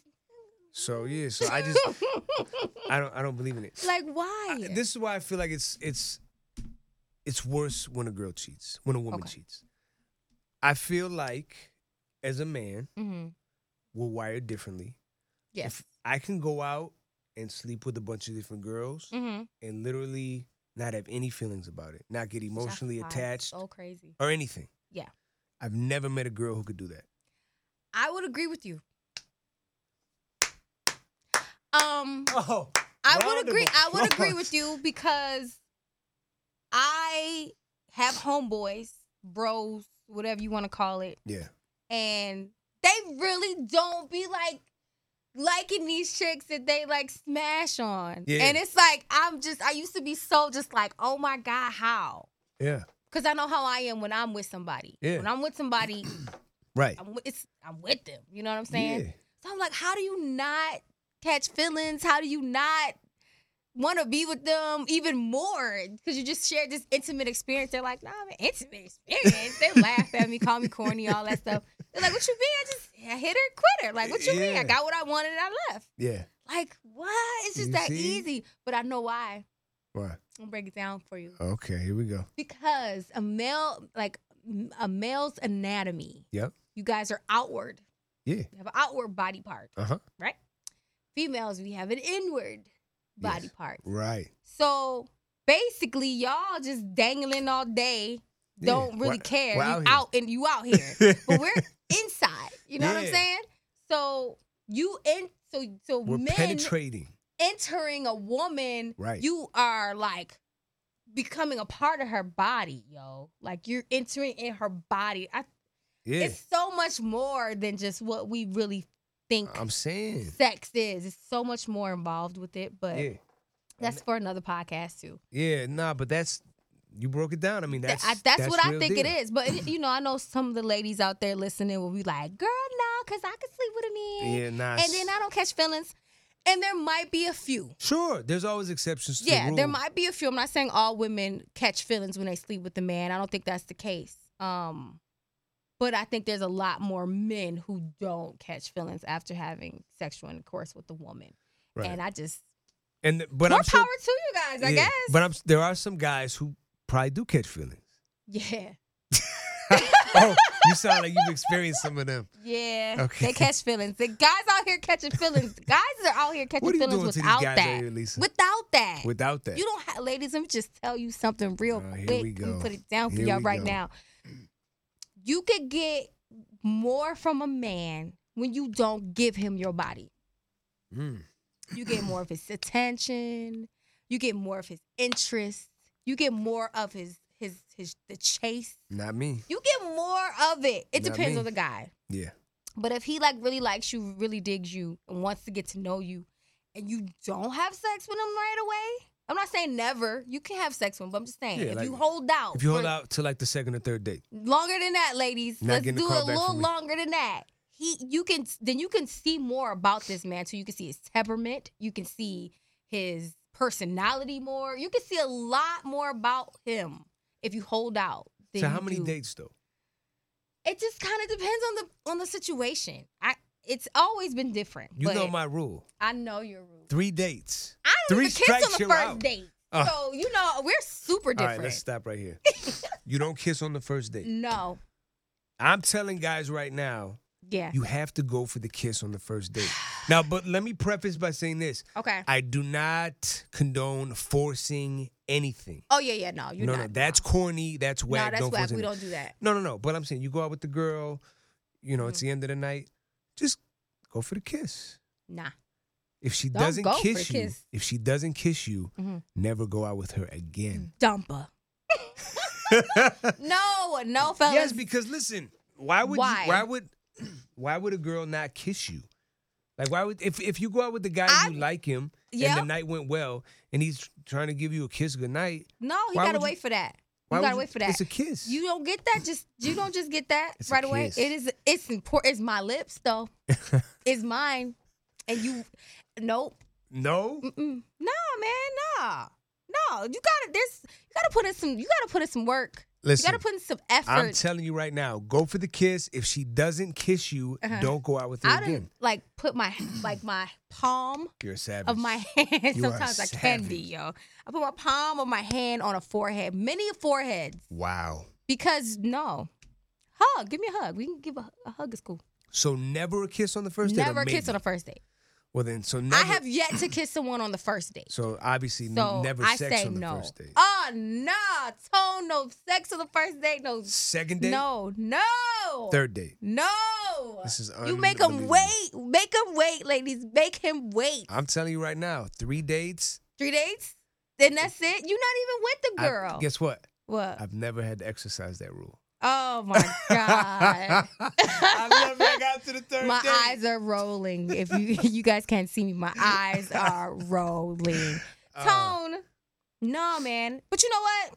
So yeah, so I just, I don't, I don't believe in it.
like, why?
I- this is why I feel like it's it's it's worse when a girl cheats, when a woman
Okay.
cheats. I feel like as a man,
hmm
we're wired differently.
Yes.
If I can go out and sleep with a bunch of different girls
Mm-hmm.
and literally not have any feelings about it, not get emotionally attached
So crazy.
or anything.
Oh. Yeah.
I've never met a girl who could do that.
I would agree with you. Um,
Oh,
I
round of
would agree. I would agree
applause.
with you because I have homeboys, bros, whatever you want to call it,
yeah.
and they really don't be like liking these chicks that they like smash on.
Yeah.
And it's like I'm just I used to be so just like, "Oh my god, how?"
Yeah.
Cuz I know how I am when I'm with somebody.
Yeah.
When I'm with somebody,
Right.
I'm with, it's, I'm with them. You know what I'm saying?
Yeah.
So I'm like, "How do you not catch feelings? How do you not want to be with them even more because you just shared this intimate experience. They're like, nah, man, intimate experience. They laugh at me, call me corny, all that stuff. They're like, what you mean? I just I hit her, quit her. Like, what you mean?
Yeah.
I got what I wanted and I left.
Yeah.
Like, what? It's just
You
that
see?
easy. But I know why.
Why?
I'm gonna break it down for you.
Okay, here we go.
Because a male, like m- a male's anatomy,
Yep.
you guys are outward.
Yeah.
You have an outward body part,
Uh-huh.
right? Females, we have an inward body
Yes.
part.
Right.
So basically, y'all just dangling all day.
Yeah.
Don't really
We're-
care.
we're
you
out
out,
here.
and you out here, but we're inside. You know what I'm
Yeah.
saying? So you in so so
We're
men
penetrating.
entering a woman.
Right.
You are like becoming a part of her body, yo. Like you're entering in her body. I,
Yeah.
It's so much more than just what we really think
I'm saying.
sex is. It's so much more involved with it, but.
Yeah.
That's for another podcast too.
Yeah, nah, but that's you broke it down. I mean, that's
I, that's, what I
real
think it
deal.
is. But you know, I know some of the ladies out there listening will be like, "Girl, no, because I can sleep with a man,
Yeah, nah.
and then I don't catch feelings." And there might be a few.
Sure, there's always exceptions to the
Yeah, there
rule.
might be a few. I'm not saying all women catch feelings when they sleep with a man. I don't think that's the case. Um, but I think there's a lot more men who don't catch feelings after having sexual intercourse with a woman.
Right.
And I just
And th- but
more
I'm sure,
power to you guys, I
yeah,
guess.
But I'm there are some guys who probably do catch feelings.
yeah.
oh, you sound like you've experienced some of them.
Yeah,
Okay.
they catch feelings. The guys out here catching feelings. The guys are out here catching
What are you
feelings
doing to these
without
guys out
that.
here, Lisa?
Without that.
Without that,
You don't have, ladies. Let me just tell you something real
Oh, here
quick.
we
Let
go.
me put it down for
Here
y'all
we
right
go.
now. You could get more from a man when you don't give him your body.
Mm.
You get more of his attention. You get more of his interest. You get more of his his his the chase.
not me.
You get more of it. It
Not
depends
me.
on the guy.
Yeah,
But if he like really likes you, really digs you, and wants to get to know you, and you don't have sex with him right away, I'm not saying never. You can have sex with him, but I'm just saying
Yeah,
if
like,
you hold out,
if you hold
Oh, for-
out to like the second or third date,
longer than that, ladies,
Not
let's
getting the
do
call
it a
back
little
from me.
longer than that. He, you can then you can see more about this man. So you can see his temperament, you can see his personality more, you can see a lot more about him if you hold out. than
so how
you
many
do.
dates though?
It just kind of depends on the on the situation. I it's always been different.
You
but
know my rule:
I know your rule.
three dates.
I don't
Three
even kiss
strikes,
on the
you're
first
out.
date.
Uh.
so you know we're super
All
different.
right, let's stop right here. you don't kiss on the first date.
No,
I'm telling guys right now,
yeah,
you have to go for the kiss on the first date. Now, but let me preface by saying this.
okay.
I do not condone forcing anything.
oh yeah, yeah, no, you're
no,
not.
no, that's corny. That's
no,
whack.
that's
don't
whack.
force
We
anything.
don't do that. Mm.
No, no, no. But I'm saying you go out with the girl, you know, it's the end of the night. Just go for the kiss.
Nah,
If she
Don't
doesn't
go for
kiss
the
you,
kiss.
if she doesn't kiss you,
Mhm.
never go out with her
Mm.
again.
dumper. No, no, fellas.
yes, because listen, why would
Uh, Why?
You, why would why would a girl not kiss you? Like why would if if you go out with the guy and you like him and
Yeah.
the night went well and he's trying to give you a kiss goodnight,
no, he
Why
gotta
would you-
wait for that.
why
You
would
gotta wait for that.
It's a kiss.
You don't get that. Just you don't just get that
It's a
right away.
kiss.
It is. It's important. It's my lips though. it's mine, and you. Nope.
no,
Mm-mm. Nah, man. Nah. No. You gotta. There's. You gotta put in some. You gotta put in some work.
Listen,
you gotta put in some effort.
I'm telling you right now, go for the kiss. If she doesn't kiss you,
Uh-huh.
don't go out with her
I
again.
done like put my like my palm
You're a savage.
of my hand.
You are
Sometimes I can be
savage.
yo. I put my palm of my hand on a forehead, many foreheads,
wow.
because no. Hug. Give me a hug. We can give a, a hug. Is cool.
So never a kiss on the first date.
Never kiss on a
the.
first date.
Well then, so never.
I have yet to kiss someone on the first date.
So obviously, n-
So
never
I
sex
say
on the
no.
first date.
Oh nah, tone no sex on the first date. No,
Second date.
no, no,
Third date.
no.
This is
you make him
unbelievable.
wait. Make him wait, ladies. Make him wait.
I'm telling you right now, three dates.
Three dates, then that's it. You're not even with the
I-
girl.
guess what?
what?
I've never had to exercise that rule.
oh my god.
I've never got to the third
My
date.
eyes are rolling. If you you guys can't see me, my eyes are rolling. Tone, no man. But you know what?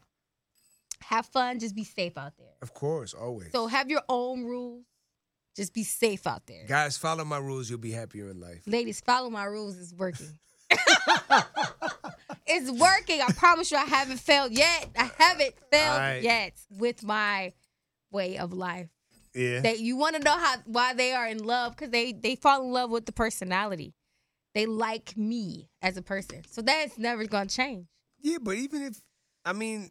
Have fun. Just be safe out there.
Of course, always.
So have your own rules. Just be safe out there.
Guys, follow my rules. You'll be happier in life.
Ladies, follow my rules. It's working. it's working. I promise you, I haven't failed yet. I haven't failed
right.
yet with my way of life.
Yeah.
That you want to know how why they are in love because they they fall in love with the personality. They like me as a person, so that's never gonna change.
yeah, but even if, I mean,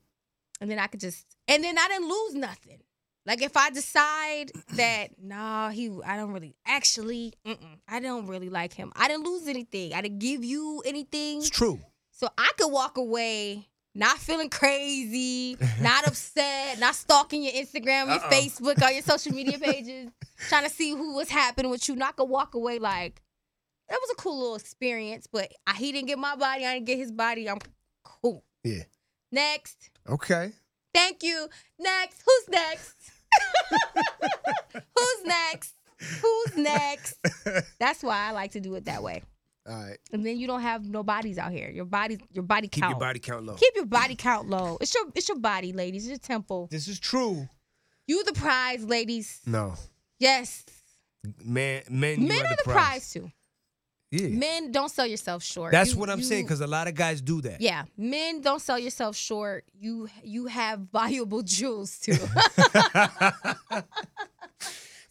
and then I could just and then I didn't lose nothing. Like if I decide that nah, he I don't really actually mm-mm, I don't really like him. I didn't lose anything. I didn't give you anything,
it's true.
so I could walk away not feeling crazy, not upset, not stalking your Instagram, your
Uh-oh.
Facebook, all your social media pages, trying to see who was happening with you. Not could walk away like that was a cool little experience, but I, he didn't get my body. I didn't get his body. I'm cool.
Yeah.
Next.
Okay.
Thank you. Next. Who's next? Who's next? Who's next? That's why I like to do it that way.
All right.
And then you don't have no bodies out here. Your body, your body
Keep
count.
your body count low.
Keep your body count low. It's your, it's your body, ladies. It's your temple.
this is true.
You the prize, ladies.
No.
Yes.
Man, men, you
Men are the prize too.
Yeah.
Men don't sell yourself short.
That's
You-
what I'm
you-
saying because a lot of guys do that.
Yeah, men don't sell yourself short. You you have valuable jewels too.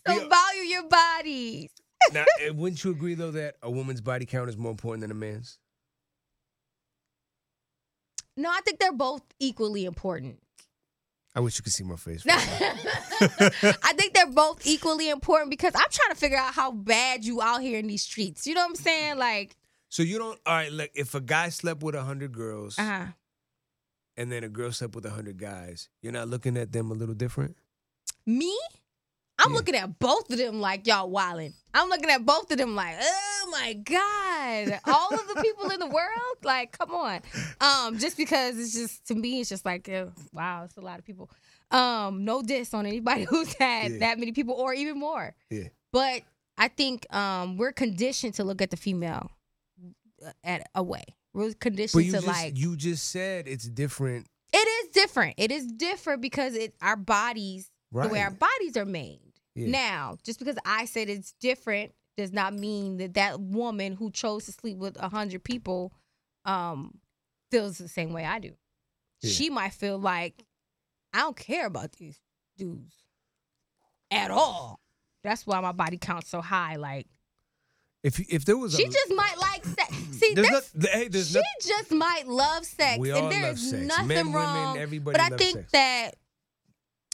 so value your bodies.
now, eh, wouldn't you agree though that a woman's body count is more important than a man's?
No, I think they're both equally important.
I wish you could see my face.
I think they're both equally important because I'm trying to figure out how bad you out here in these streets. You know what I'm saying? Like,
so you don't. All right. Like, if a guy slept with a hundred girls
uh-huh.
and then a girl slept with a hundred guys, you're not looking at them a little different.
me, I'm
Yeah.
looking at both of them like y'all wildin'. I'm looking at both of them like, oh my god, all of the people in the world, like, come on. Um, just because it's just to me, it's just like, ew, wow, it's a lot of people. Um, no diss on anybody who's had
Yeah.
that many people or even more.
Yeah.
But I think um we're conditioned to look at the female at a way. We're
But
conditioned
you
to
just
like
you just said it's different.
it is different. It is different because it our bodies the way
Right.
our bodies are made.
Yeah.
Now, just because I said it's different does not mean that that woman who chose to sleep with a hundred people um, feels the same way I do.
Yeah.
She might feel like I don't care about these dudes at all. That's why my body count's so high. Like
If you- if there was
She
a,
just might like sex. See,
There's
that's,
not- hey, there's
she
not-
just might love sex,
We all
and there
love
is
sex.
nothing
Men, women,
wrong.
everybody
but I
loves
think
sex.
that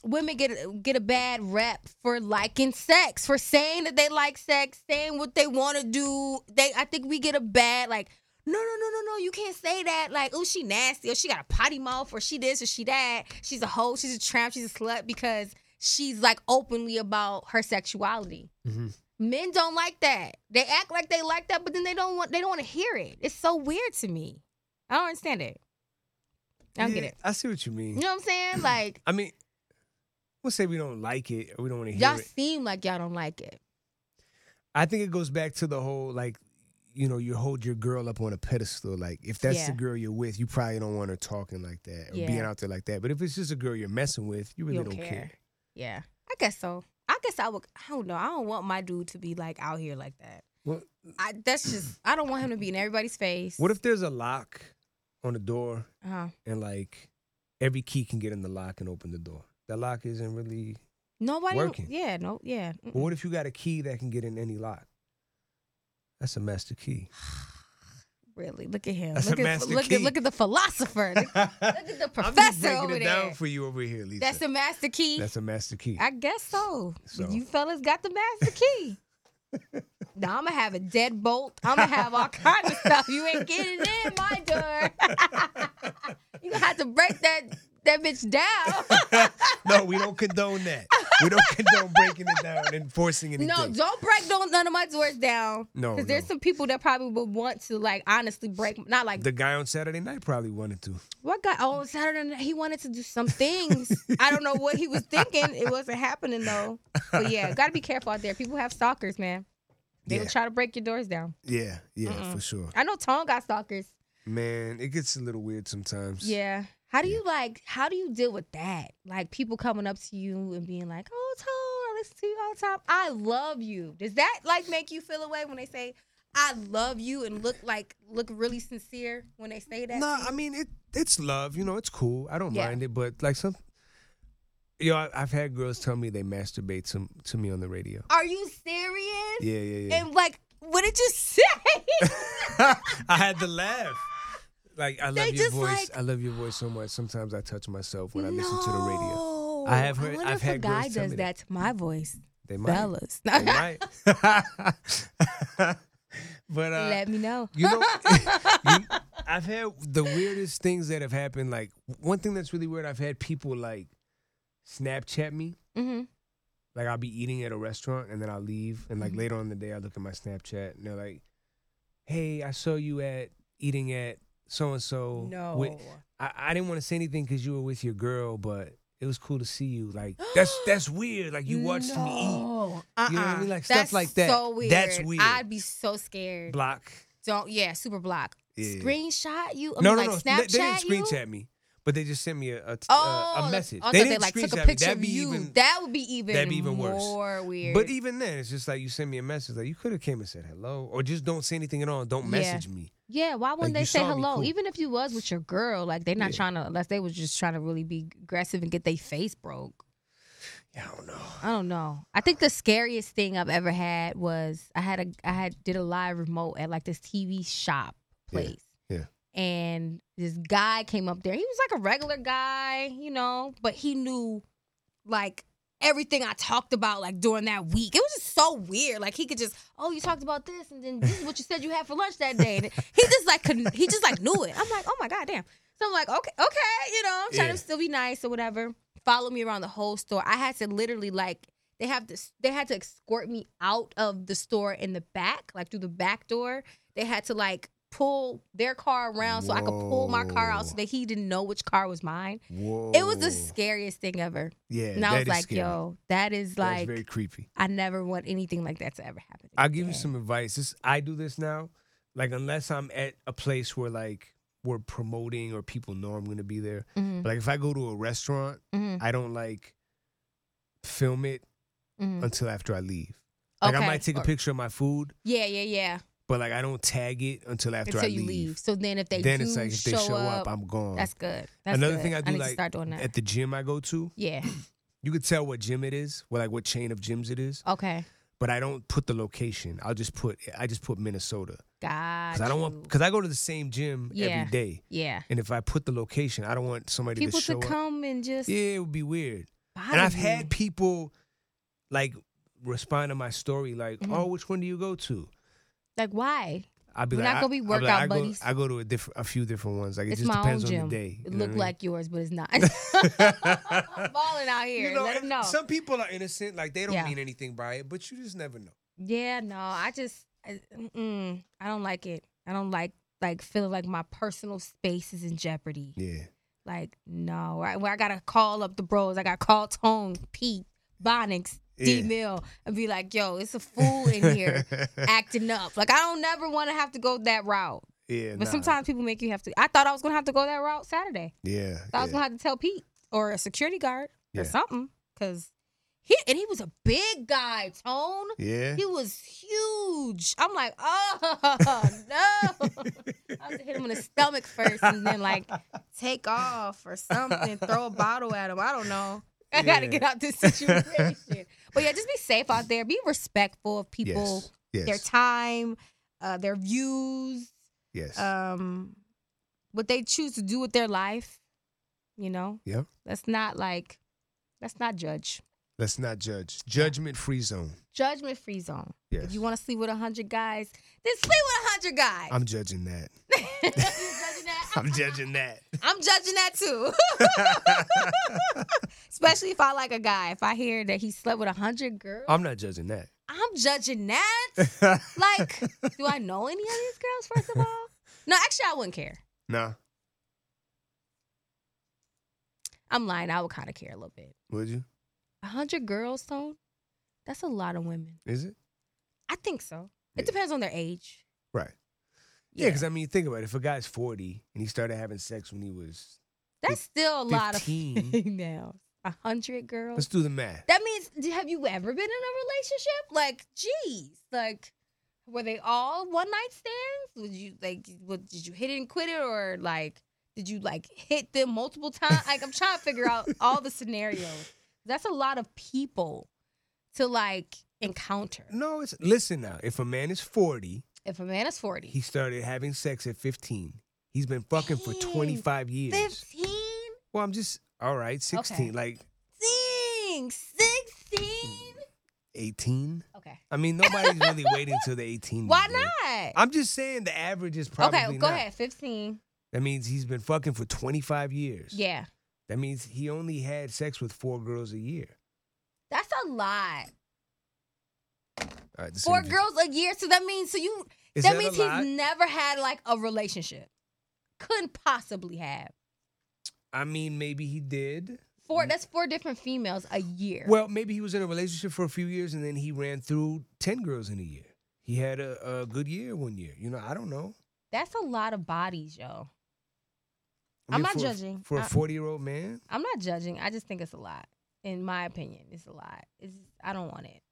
women get get a bad rep for liking sex, for saying that they like sex, saying what they want to do. They, I think we get a bad like. No, no, no, no, no! You can't say that. Like, oh, she nasty, or she got a potty mouth, or she this, or she that. She's a hoe. She's a tramp. She's a slut because she's like openly about her sexuality. Men don't like that. They act like they like that, but then they don't want they don't want to hear it. It's so weird to me. I don't understand it. I don't get
Yeah,
it.
I see what you mean.
You know what I'm saying? Like
I mean, we'll say we don't like it or we don't want to hear
y'all
it.
seem like y'all don't like it.
I think it goes back to the whole like, you know, you hold your girl up on a pedestal. Like, if that's the
Yeah.
girl you're with, you probably don't want her talking like that or
Yeah.
being out there like that. But if it's just a girl you're messing with, you really
You
don't, care.
Yeah. I guess so. I guess I would I don't know. I don't want my dude to be like out here like that.
What
I that's just I don't want him to be in everybody's face.
What if there's a lock on the door
uh,
and like every key can get in the lock and open the door? That lock isn't really.
nobody
Working.
Yeah, no, yeah. Mm, mm-mm.
But what if you got a key that can get in any lock? That's a master key.
Really. Look at him.
That's a
look at
master
look
key.
at look at the philosopher. Look, look at the
I'm
professor
just breaking
over
it
there.
down for you over here, Lisa.
That's the master key.
That's a master key.
I guess so.
So.
You fellas got the master key. now I'm gonna have a deadbolt. I'm gonna have all kinds of stuff. You ain't getting in my door. you gonna have to break that that bitch down.
no, we don't condone that. We don't condone breaking it down and forcing anything.
no, don't break no, none of my doors down.
No,
because there's
no.
some people that probably would want to like honestly break. Not like
the guy on Saturday night probably wanted to.
what guy? Oh, Saturday night, he wanted to do some things. I don't know what he was thinking. It wasn't happening though. But yeah, gotta be careful out there. People have stalkers, man. They
Yeah.
will try to break your doors down.
Yeah, yeah, for sure.
I know Tom got stalkers.
Man, it gets a little weird sometimes.
Yeah. How do you like? How do you deal with that? Like people coming up to you and being like, "Oh, Tom, I listen to you all the time. I love you." Does that like make you feel away when they say, "I love you" and look like look really sincere when they say that?
No, I mean it. It's love, you know. It's cool. I don't
Yeah.
mind it, but like some, you know, I, I've had girls tell me they masturbate to to me on the radio.
Are you serious?
Yeah, yeah, yeah.
And like, what did you say?
I had to laugh. Like I
They
love your
just
voice.
like-
I love your voice so much. Sometimes I touch myself when I listen to the radio.
No.
I have heard-
I wonder
I've
if a
had girls
guy
tell
does
me that.
that to my voice,
They might.
fellas.
They might. but uh,
Let me know.
you know, you- I've had the weirdest things that have happened. Like one thing that's really weird, I've had people like Snapchat me.
hmm
Like I'll be eating at a restaurant and then I'll leave, and like
Mm-hmm.
later on in the day, I look at my Snapchat and they're like, "Hey, I saw you at eating at so and so."
No.
I, I didn't want to say anything because you were with your girl, but it was cool to see you. Like that's that's weird. Like you watched me
No.
You know what I
Uh-uh.
mean? Like, stuff
That's
like that.
So weird.
That's weird.
I'd be so
eat
scared.
block.
Don't yeah, super block.
Yeah.
Screenshot you? I
no,
mean,
no,
like
no. They-
Snapchat
They didn't
you?
screenshot me, but they just sent me a a, a-
Oh,
a message.
I
they
thought
didn't
like took
screenshot
a
me.
picture
That'd
of
be
you.
even-
that would be even
that'd be even worse.
more weird.
But e even then, it's just like you send me a message. Like you could have came and said hello, or just don't say anything at all. Don't
Yeah.
message me.
yeah, why wouldn't
like,
they
you
say
saw me,
hello?
cool.
Even if you was with your girl, like they're not
Yeah.
trying to unless they was just trying to really be aggressive and get their face broke.
Yeah, I don't know.
I don't know. I think the scariest thing I've ever had was I had a I had did a live remote at like this TV shop
Yeah,
place.
yeah.
And this guy came up there. He was like a regular guy, you know, but he knew like everything I talked about like during that week. It was just so weird. Like he could just, "Oh, you talked about this and then this is what you said you had for lunch that day." And he just like couldn't he just like knew it. I'm like, "Oh my god, damn." So I'm like, "Okay, okay, you know, I'm trying
Yeah.
to still be nice or whatever." follow me around the whole store. I had to literally like they have this they had to escort me out of the store in the back, like through the back door. They had to like pull their car around so I could pull my car out so
Whoa.
that he didn't know which car was mine.
Whoa.
It was the scariest thing ever.
Yeah,
and I
that
was
is
like,
scary.
yo, that is
That's
like
very creepy.
I never want anything like that to ever happen.
I'll give you
again.
some advice. This, I do this now. Like unless I'm at a place where like we're promoting or people know I'm going to be there.
Mhm.
But like if I go to a restaurant,
Mhm.
I don't like film it
Mhm.
until after I leave. Like I
Okay.
might take a
Or-
picture of my food,
Yeah, yeah, yeah.
but like I don't tag it until after
Until
I
you
leave.
leave. So then if they
then
do
it's like if they show up, I'm gone.
that's good. That's
Another
good.
thing I do
need
like
to start doing that.
at the gym I go to,
yeah.
you could tell what gym it is, what like what chain of gyms it is.
Okay.
but I don't put the location. I'll just put I just put Minnesota
God.
because I don't want because I go to the same gym
Yeah.
every day,
Yeah.
and if I put the location, I don't want somebody
People
to show
to
up.
come and just.
Yeah, it would be weird.
bother
and I've
you.
had people like respond to my story like, "Oh, which one do you go to?"
Like, why?
I'd be
Mm-hmm. We're
like,
not
I-
gonna be
I'd
workout
like, I go-
buddies.
I go to a different, a few different ones. Like it
it's
just
my
depends
own
on
gym.
the day. you know
It
what I
looked
mean?
like yours, but it's not. I'm balling out here.
You know,
Let them know.
Some people are innocent, like they don't
Yeah.
mean anything by it, but you just never know.
Yeah, no, I just, I, mm, I don't like it. I don't like like feeling like my personal space is in jeopardy.
Yeah.
Like, no, I, well, I gotta call up the bros. I gotta call Tone, Pete, Bonix, D
Yeah.
Mill, and be like, yo, it's a fool in here acting up. Like, I don't never want to have to go that route.
Yeah.
But
nah.
sometimes people make you have to. I thought I was gonna have to go that route Saturday.
Yeah.
So I was
yeah.
gonna have to tell Pete or a security guard
Yeah.
or something, cause he and he was a big guy, Tone.
Yeah.
He was huge. I'm like, oh no. I have to hit him in the stomach first and then like take off or something, throw a bottle at him. I don't know. I gotta
Yeah.
get out this situation. but yeah, just be safe out there. Be respectful of people,
Yes. Yes.
their time, uh, their views,
yes.
um, what they choose to do with their life. You know,
yeah.
let's not like, let's not judge.
Let's not judge. Judgment free zone.
Judgment free zone.
Yes.
If you want to sleep with a hundred guys, then sleep with a hundred guys.
I'm judging that.
You judging that?
I'm judging that.
I'm judging that too. Especially if I like a guy. If I hear that he slept with a hundred girls, I'm,
I'm not judging that.
judging that. like, do I know any of these girls? First of all, no. Actually, I wouldn't care.
Nah.
I'm lying. I would kind of care a little bit.
Would you?
A hundred girls, though, that's a lot of women.
Is it?
I think so. It
Yeah.
depends on their age.
Right. Yeah, because I mean, think about it. If a guy's 40 and he started having sex when he was,
that's still a lot of
15.
females. A hundred girls.
let's do the math.
That means, d- have you ever been in a relationship? Like, geez, like, were they all one night stands? Would you like? What, did you hit it and quit it, or like, did you like hit them multiple times? Like, I'm trying to figure out all the scenarios. That's a lot of people to like encounter.
No, it's listen now. If a man is 40,
If a man is forty,
he started having sex at 15. He's been fucking for 25 years.
fifteen,
Well, I'm just all right. 16,
Okay.
like
ding, sixteen.
18.
Okay,
I mean, nobody's really waiting till the 18.
why
these days.
not?
I'm just saying the average is Mm, probably
okay, go
not.
ahead, fifteen.
That means he's been fucking for 25 years.
Yeah,
That means he only had sex with four girls a year.
that's a lot.
All right, this
four
interview-
girls a year. So that means so you
Is
that,
that a
means
lot?
he's never had like a relationship. Couldn't possibly have.
I mean, maybe he did.
Four that's four different females a year.
Mm. Well, maybe he was in a relationship for a few years and then he ran through 10 girls in a year. He had a, a good year one year. You know, I don't know.
that's a lot of bodies, yo.
I
I'm not
for a-
judging. Uh,
for a
I-
40 year old man,
I'm not judging. I just think it's a lot. In my opinion, it's a lot. It's I don't want it.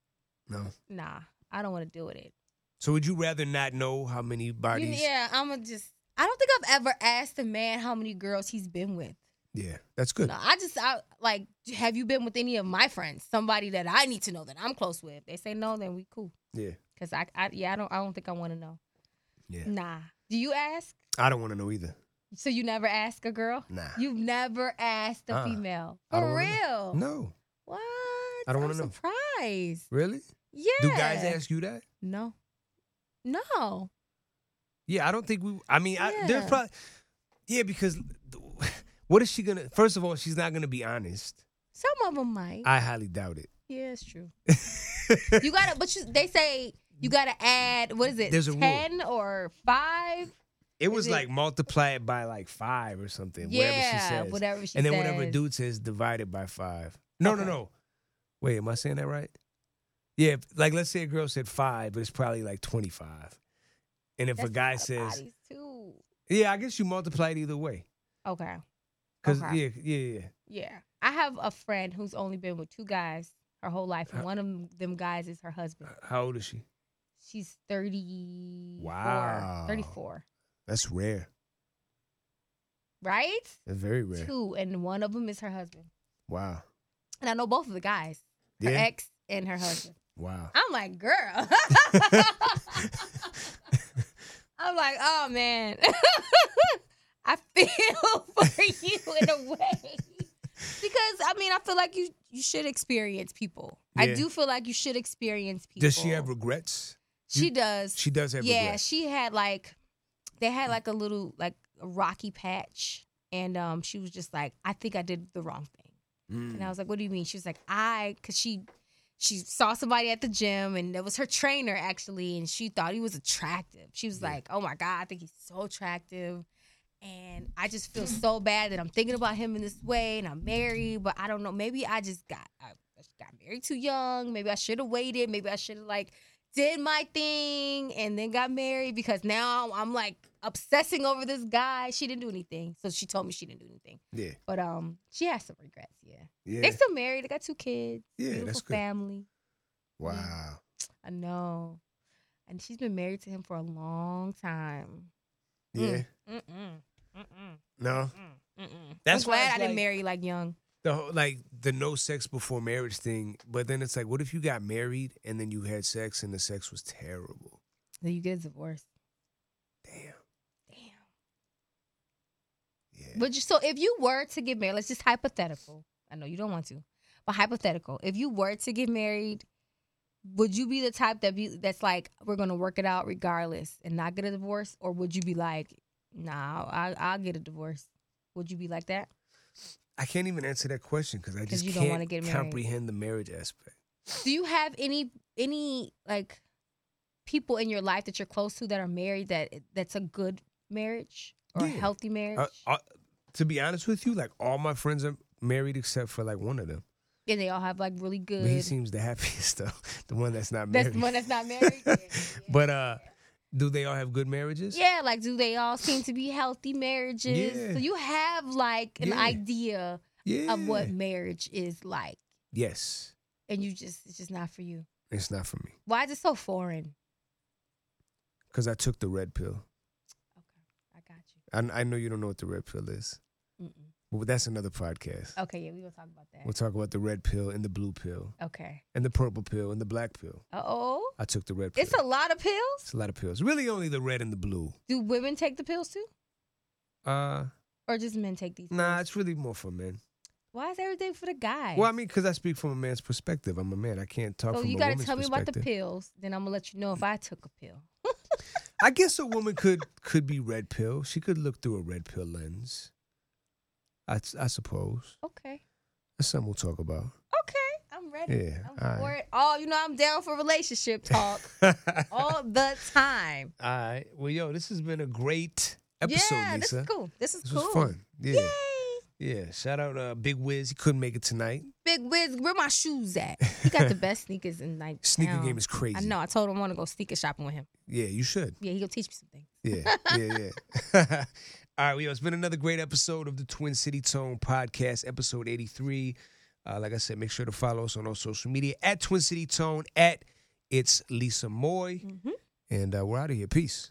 no.
Nah. I don't want to deal with it.
So would you rather not know how many
You-
bodies?
yeah, I'ma just I don't think I've ever asked a man how many girls he's been with.
Yeah, that's good.
No, I just I like have you been with any of my friends? Somebody that I need to know that I'm close with. They say no, then we cool.
Yeah,
Cause I, I yeah, I don't I don't think I want to know.
yeah.
Nah. Do you ask?
I don't want to know either.
So you never ask a girl?
Nah.
You've never asked a
Uh-uh.
female.
I don't
For
wanna
real?
No,
What?
I don't
I'm
wanna know.
Surprised.
really?
Yeah.
Do guys ask you that?
No. No.
Yeah, I don't think we. I mean, I, there's
Yeah.
probably. Yeah, because what is she gonna? First of all, she's not gonna be honest.
Some of them might.
I highly doubt it.
yeah, it's true. you gotta, but you, they say you gotta add. What is it?
There's a rule.
ten or five.
It was
it-
like multiply it by like five or something. whatever she
Yeah,
says.
whatever she
And then whatever
says.
dude says, divided by five. No, no,
Okay.
no. Wait, am I saying that right? Yeah, if- like let's say a girl said five, but it's probably like twenty five. And if
That's
a guy
lot of
says,
bodies, too.
yeah, I guess you multiply it either way.
Okay.
Cause
Okay.
yeah, yeah, yeah.
Yeah. I have a friend who's only been with two guys her whole life, and one of them guys is her husband.
Uh, How old is she?
She's 30.
Wow.
34.
That's rare.
Right?
That's very rare.
Two, and one of them is her husband.
Wow.
And I know both of the guys her
Yeah.
ex and her husband.
Wow.
I'm like, girl. I'm like, oh man. I feel for you in a way. Because I mean, I feel like you you should experience people. I
Yeah.
do feel like you should experience people.
Does she have regrets?
She
you-
does.
She does have
yeah,
regrets.
she had like they had like a little like a rocky patch and um she was just like, I think I did the wrong thing.
Mm.
And I was like, What do you mean? She was like, I cause she she saw somebody at the gym and that was her trainer actually and she thought he was attractive. She was like, Oh my God, I think he's so attractive. And I just feel so bad that I'm thinking about him in this way and I'm married, but I don't know. Maybe I just got I I got married too young. Maybe I should have waited. Maybe I should have like did my thing and then got married because now I'm like obsessing over this guy. She didn't do anything. So she told me she didn't do anything.
Yeah.
But um she has some regrets, yeah.
Yeah.
They still married. They got two kids.
Yeah,
beautiful
that's good.
family.
Wow.
I know. And she's been married to him for a long time.
Yeah.
mm. Mm-mm. Mm-mm.
No.
Mm-mm.
That's
I'm
why
glad
it's
I didn't
like-
marry like young.
The whole, like the no sex before marriage thing, but then it's like, what if you got married and then you had sex and the sex was terrible?
Then you get a divorce.
Damn.
Damn.
Yeah.
But you, so if you were to get married, let's just hypothetical. I know you don't want to, but hypothetical. If you were to get married, would you be the type that be that's like we're gonna work it out regardless and not get a divorce, or would you be like, nah, I, I'll get a divorce? Would you be like that?
I can't even answer that question because I
'Cause
just
you don't
can't
wanna get married.
comprehend the marriage aspect.
Do you have any any like people in your life that you're close to that are married that that's a good marriage or a
Yeah.
healthy marriage?
Uh, uh, to be honest with you, like all my friends are married except for like one of them.
and they all have like really
But he
good.
seems the happiest though, the one that's not married.
That's the one that's not married. Yeah, yeah.
But uh, do they all have good marriages?
Yeah, like do they all seem to be healthy marriages?
Yeah.
So you have like an
Yeah.
idea
Yeah.
of what marriage is like,
Yes,
and you just it's just not for you.
it's not for me
Why is it so foreign?
because I took the red pill.
Okay, I got
I, I know you don't know what the red pill is,
you. Mm-mm.
but that's another podcast.
Okay, yeah, we gonna talk about that.
We'll talk about the red pill and the blue pill
okay.
and the purple pill and the black pill.
Uh oh,
I took the red pill.
it's a lot of pills.
It's a lot of pills. Really, only the red and the blue.
Do women take the pills too,
Uh,
or just men take these?
nah,
pills?
it's really more for men.
Why is everything for the guy?
Well, I mean, because I speak from a man's perspective. I'm a man. I can't talk
so
from
Oh, you
a
gotta
woman's
tell me about the
perspective.
pills, then I'm gonna let you know if I took a pill.
I guess a woman could could be red pill. She could look through a red pill lens. I, I suppose
Okay.
that's something we'll talk about.
Okay, I'm ready.
Yeah, all
I'm
right.
for it. Oh, you know I'm down for relationship talk all the time.
All right. Well, yo, this has been a great episode,
yeah,
Lisa.
this is cool. This is
This
cool.
was fun. Yeah.
Yay!
Yeah. Shout out uh, Big Wiz. He couldn't make it tonight.
Big Wiz, where my shoes at? He got the best sneakers in like
Sneaker
town.
game is crazy.
I know. I told him I want to go sneaker shopping with him.
Yeah, you should.
Yeah, he gonna teach me something.
Yeah, yeah, yeah. All right, well, yo, it's been another great episode of the Twin City Tone Podcast, episode 83. Uh, like I said, make sure to follow us on all social media at Twin City Tone, at It's Lisa Moy. And uh, we're out of here. Peace.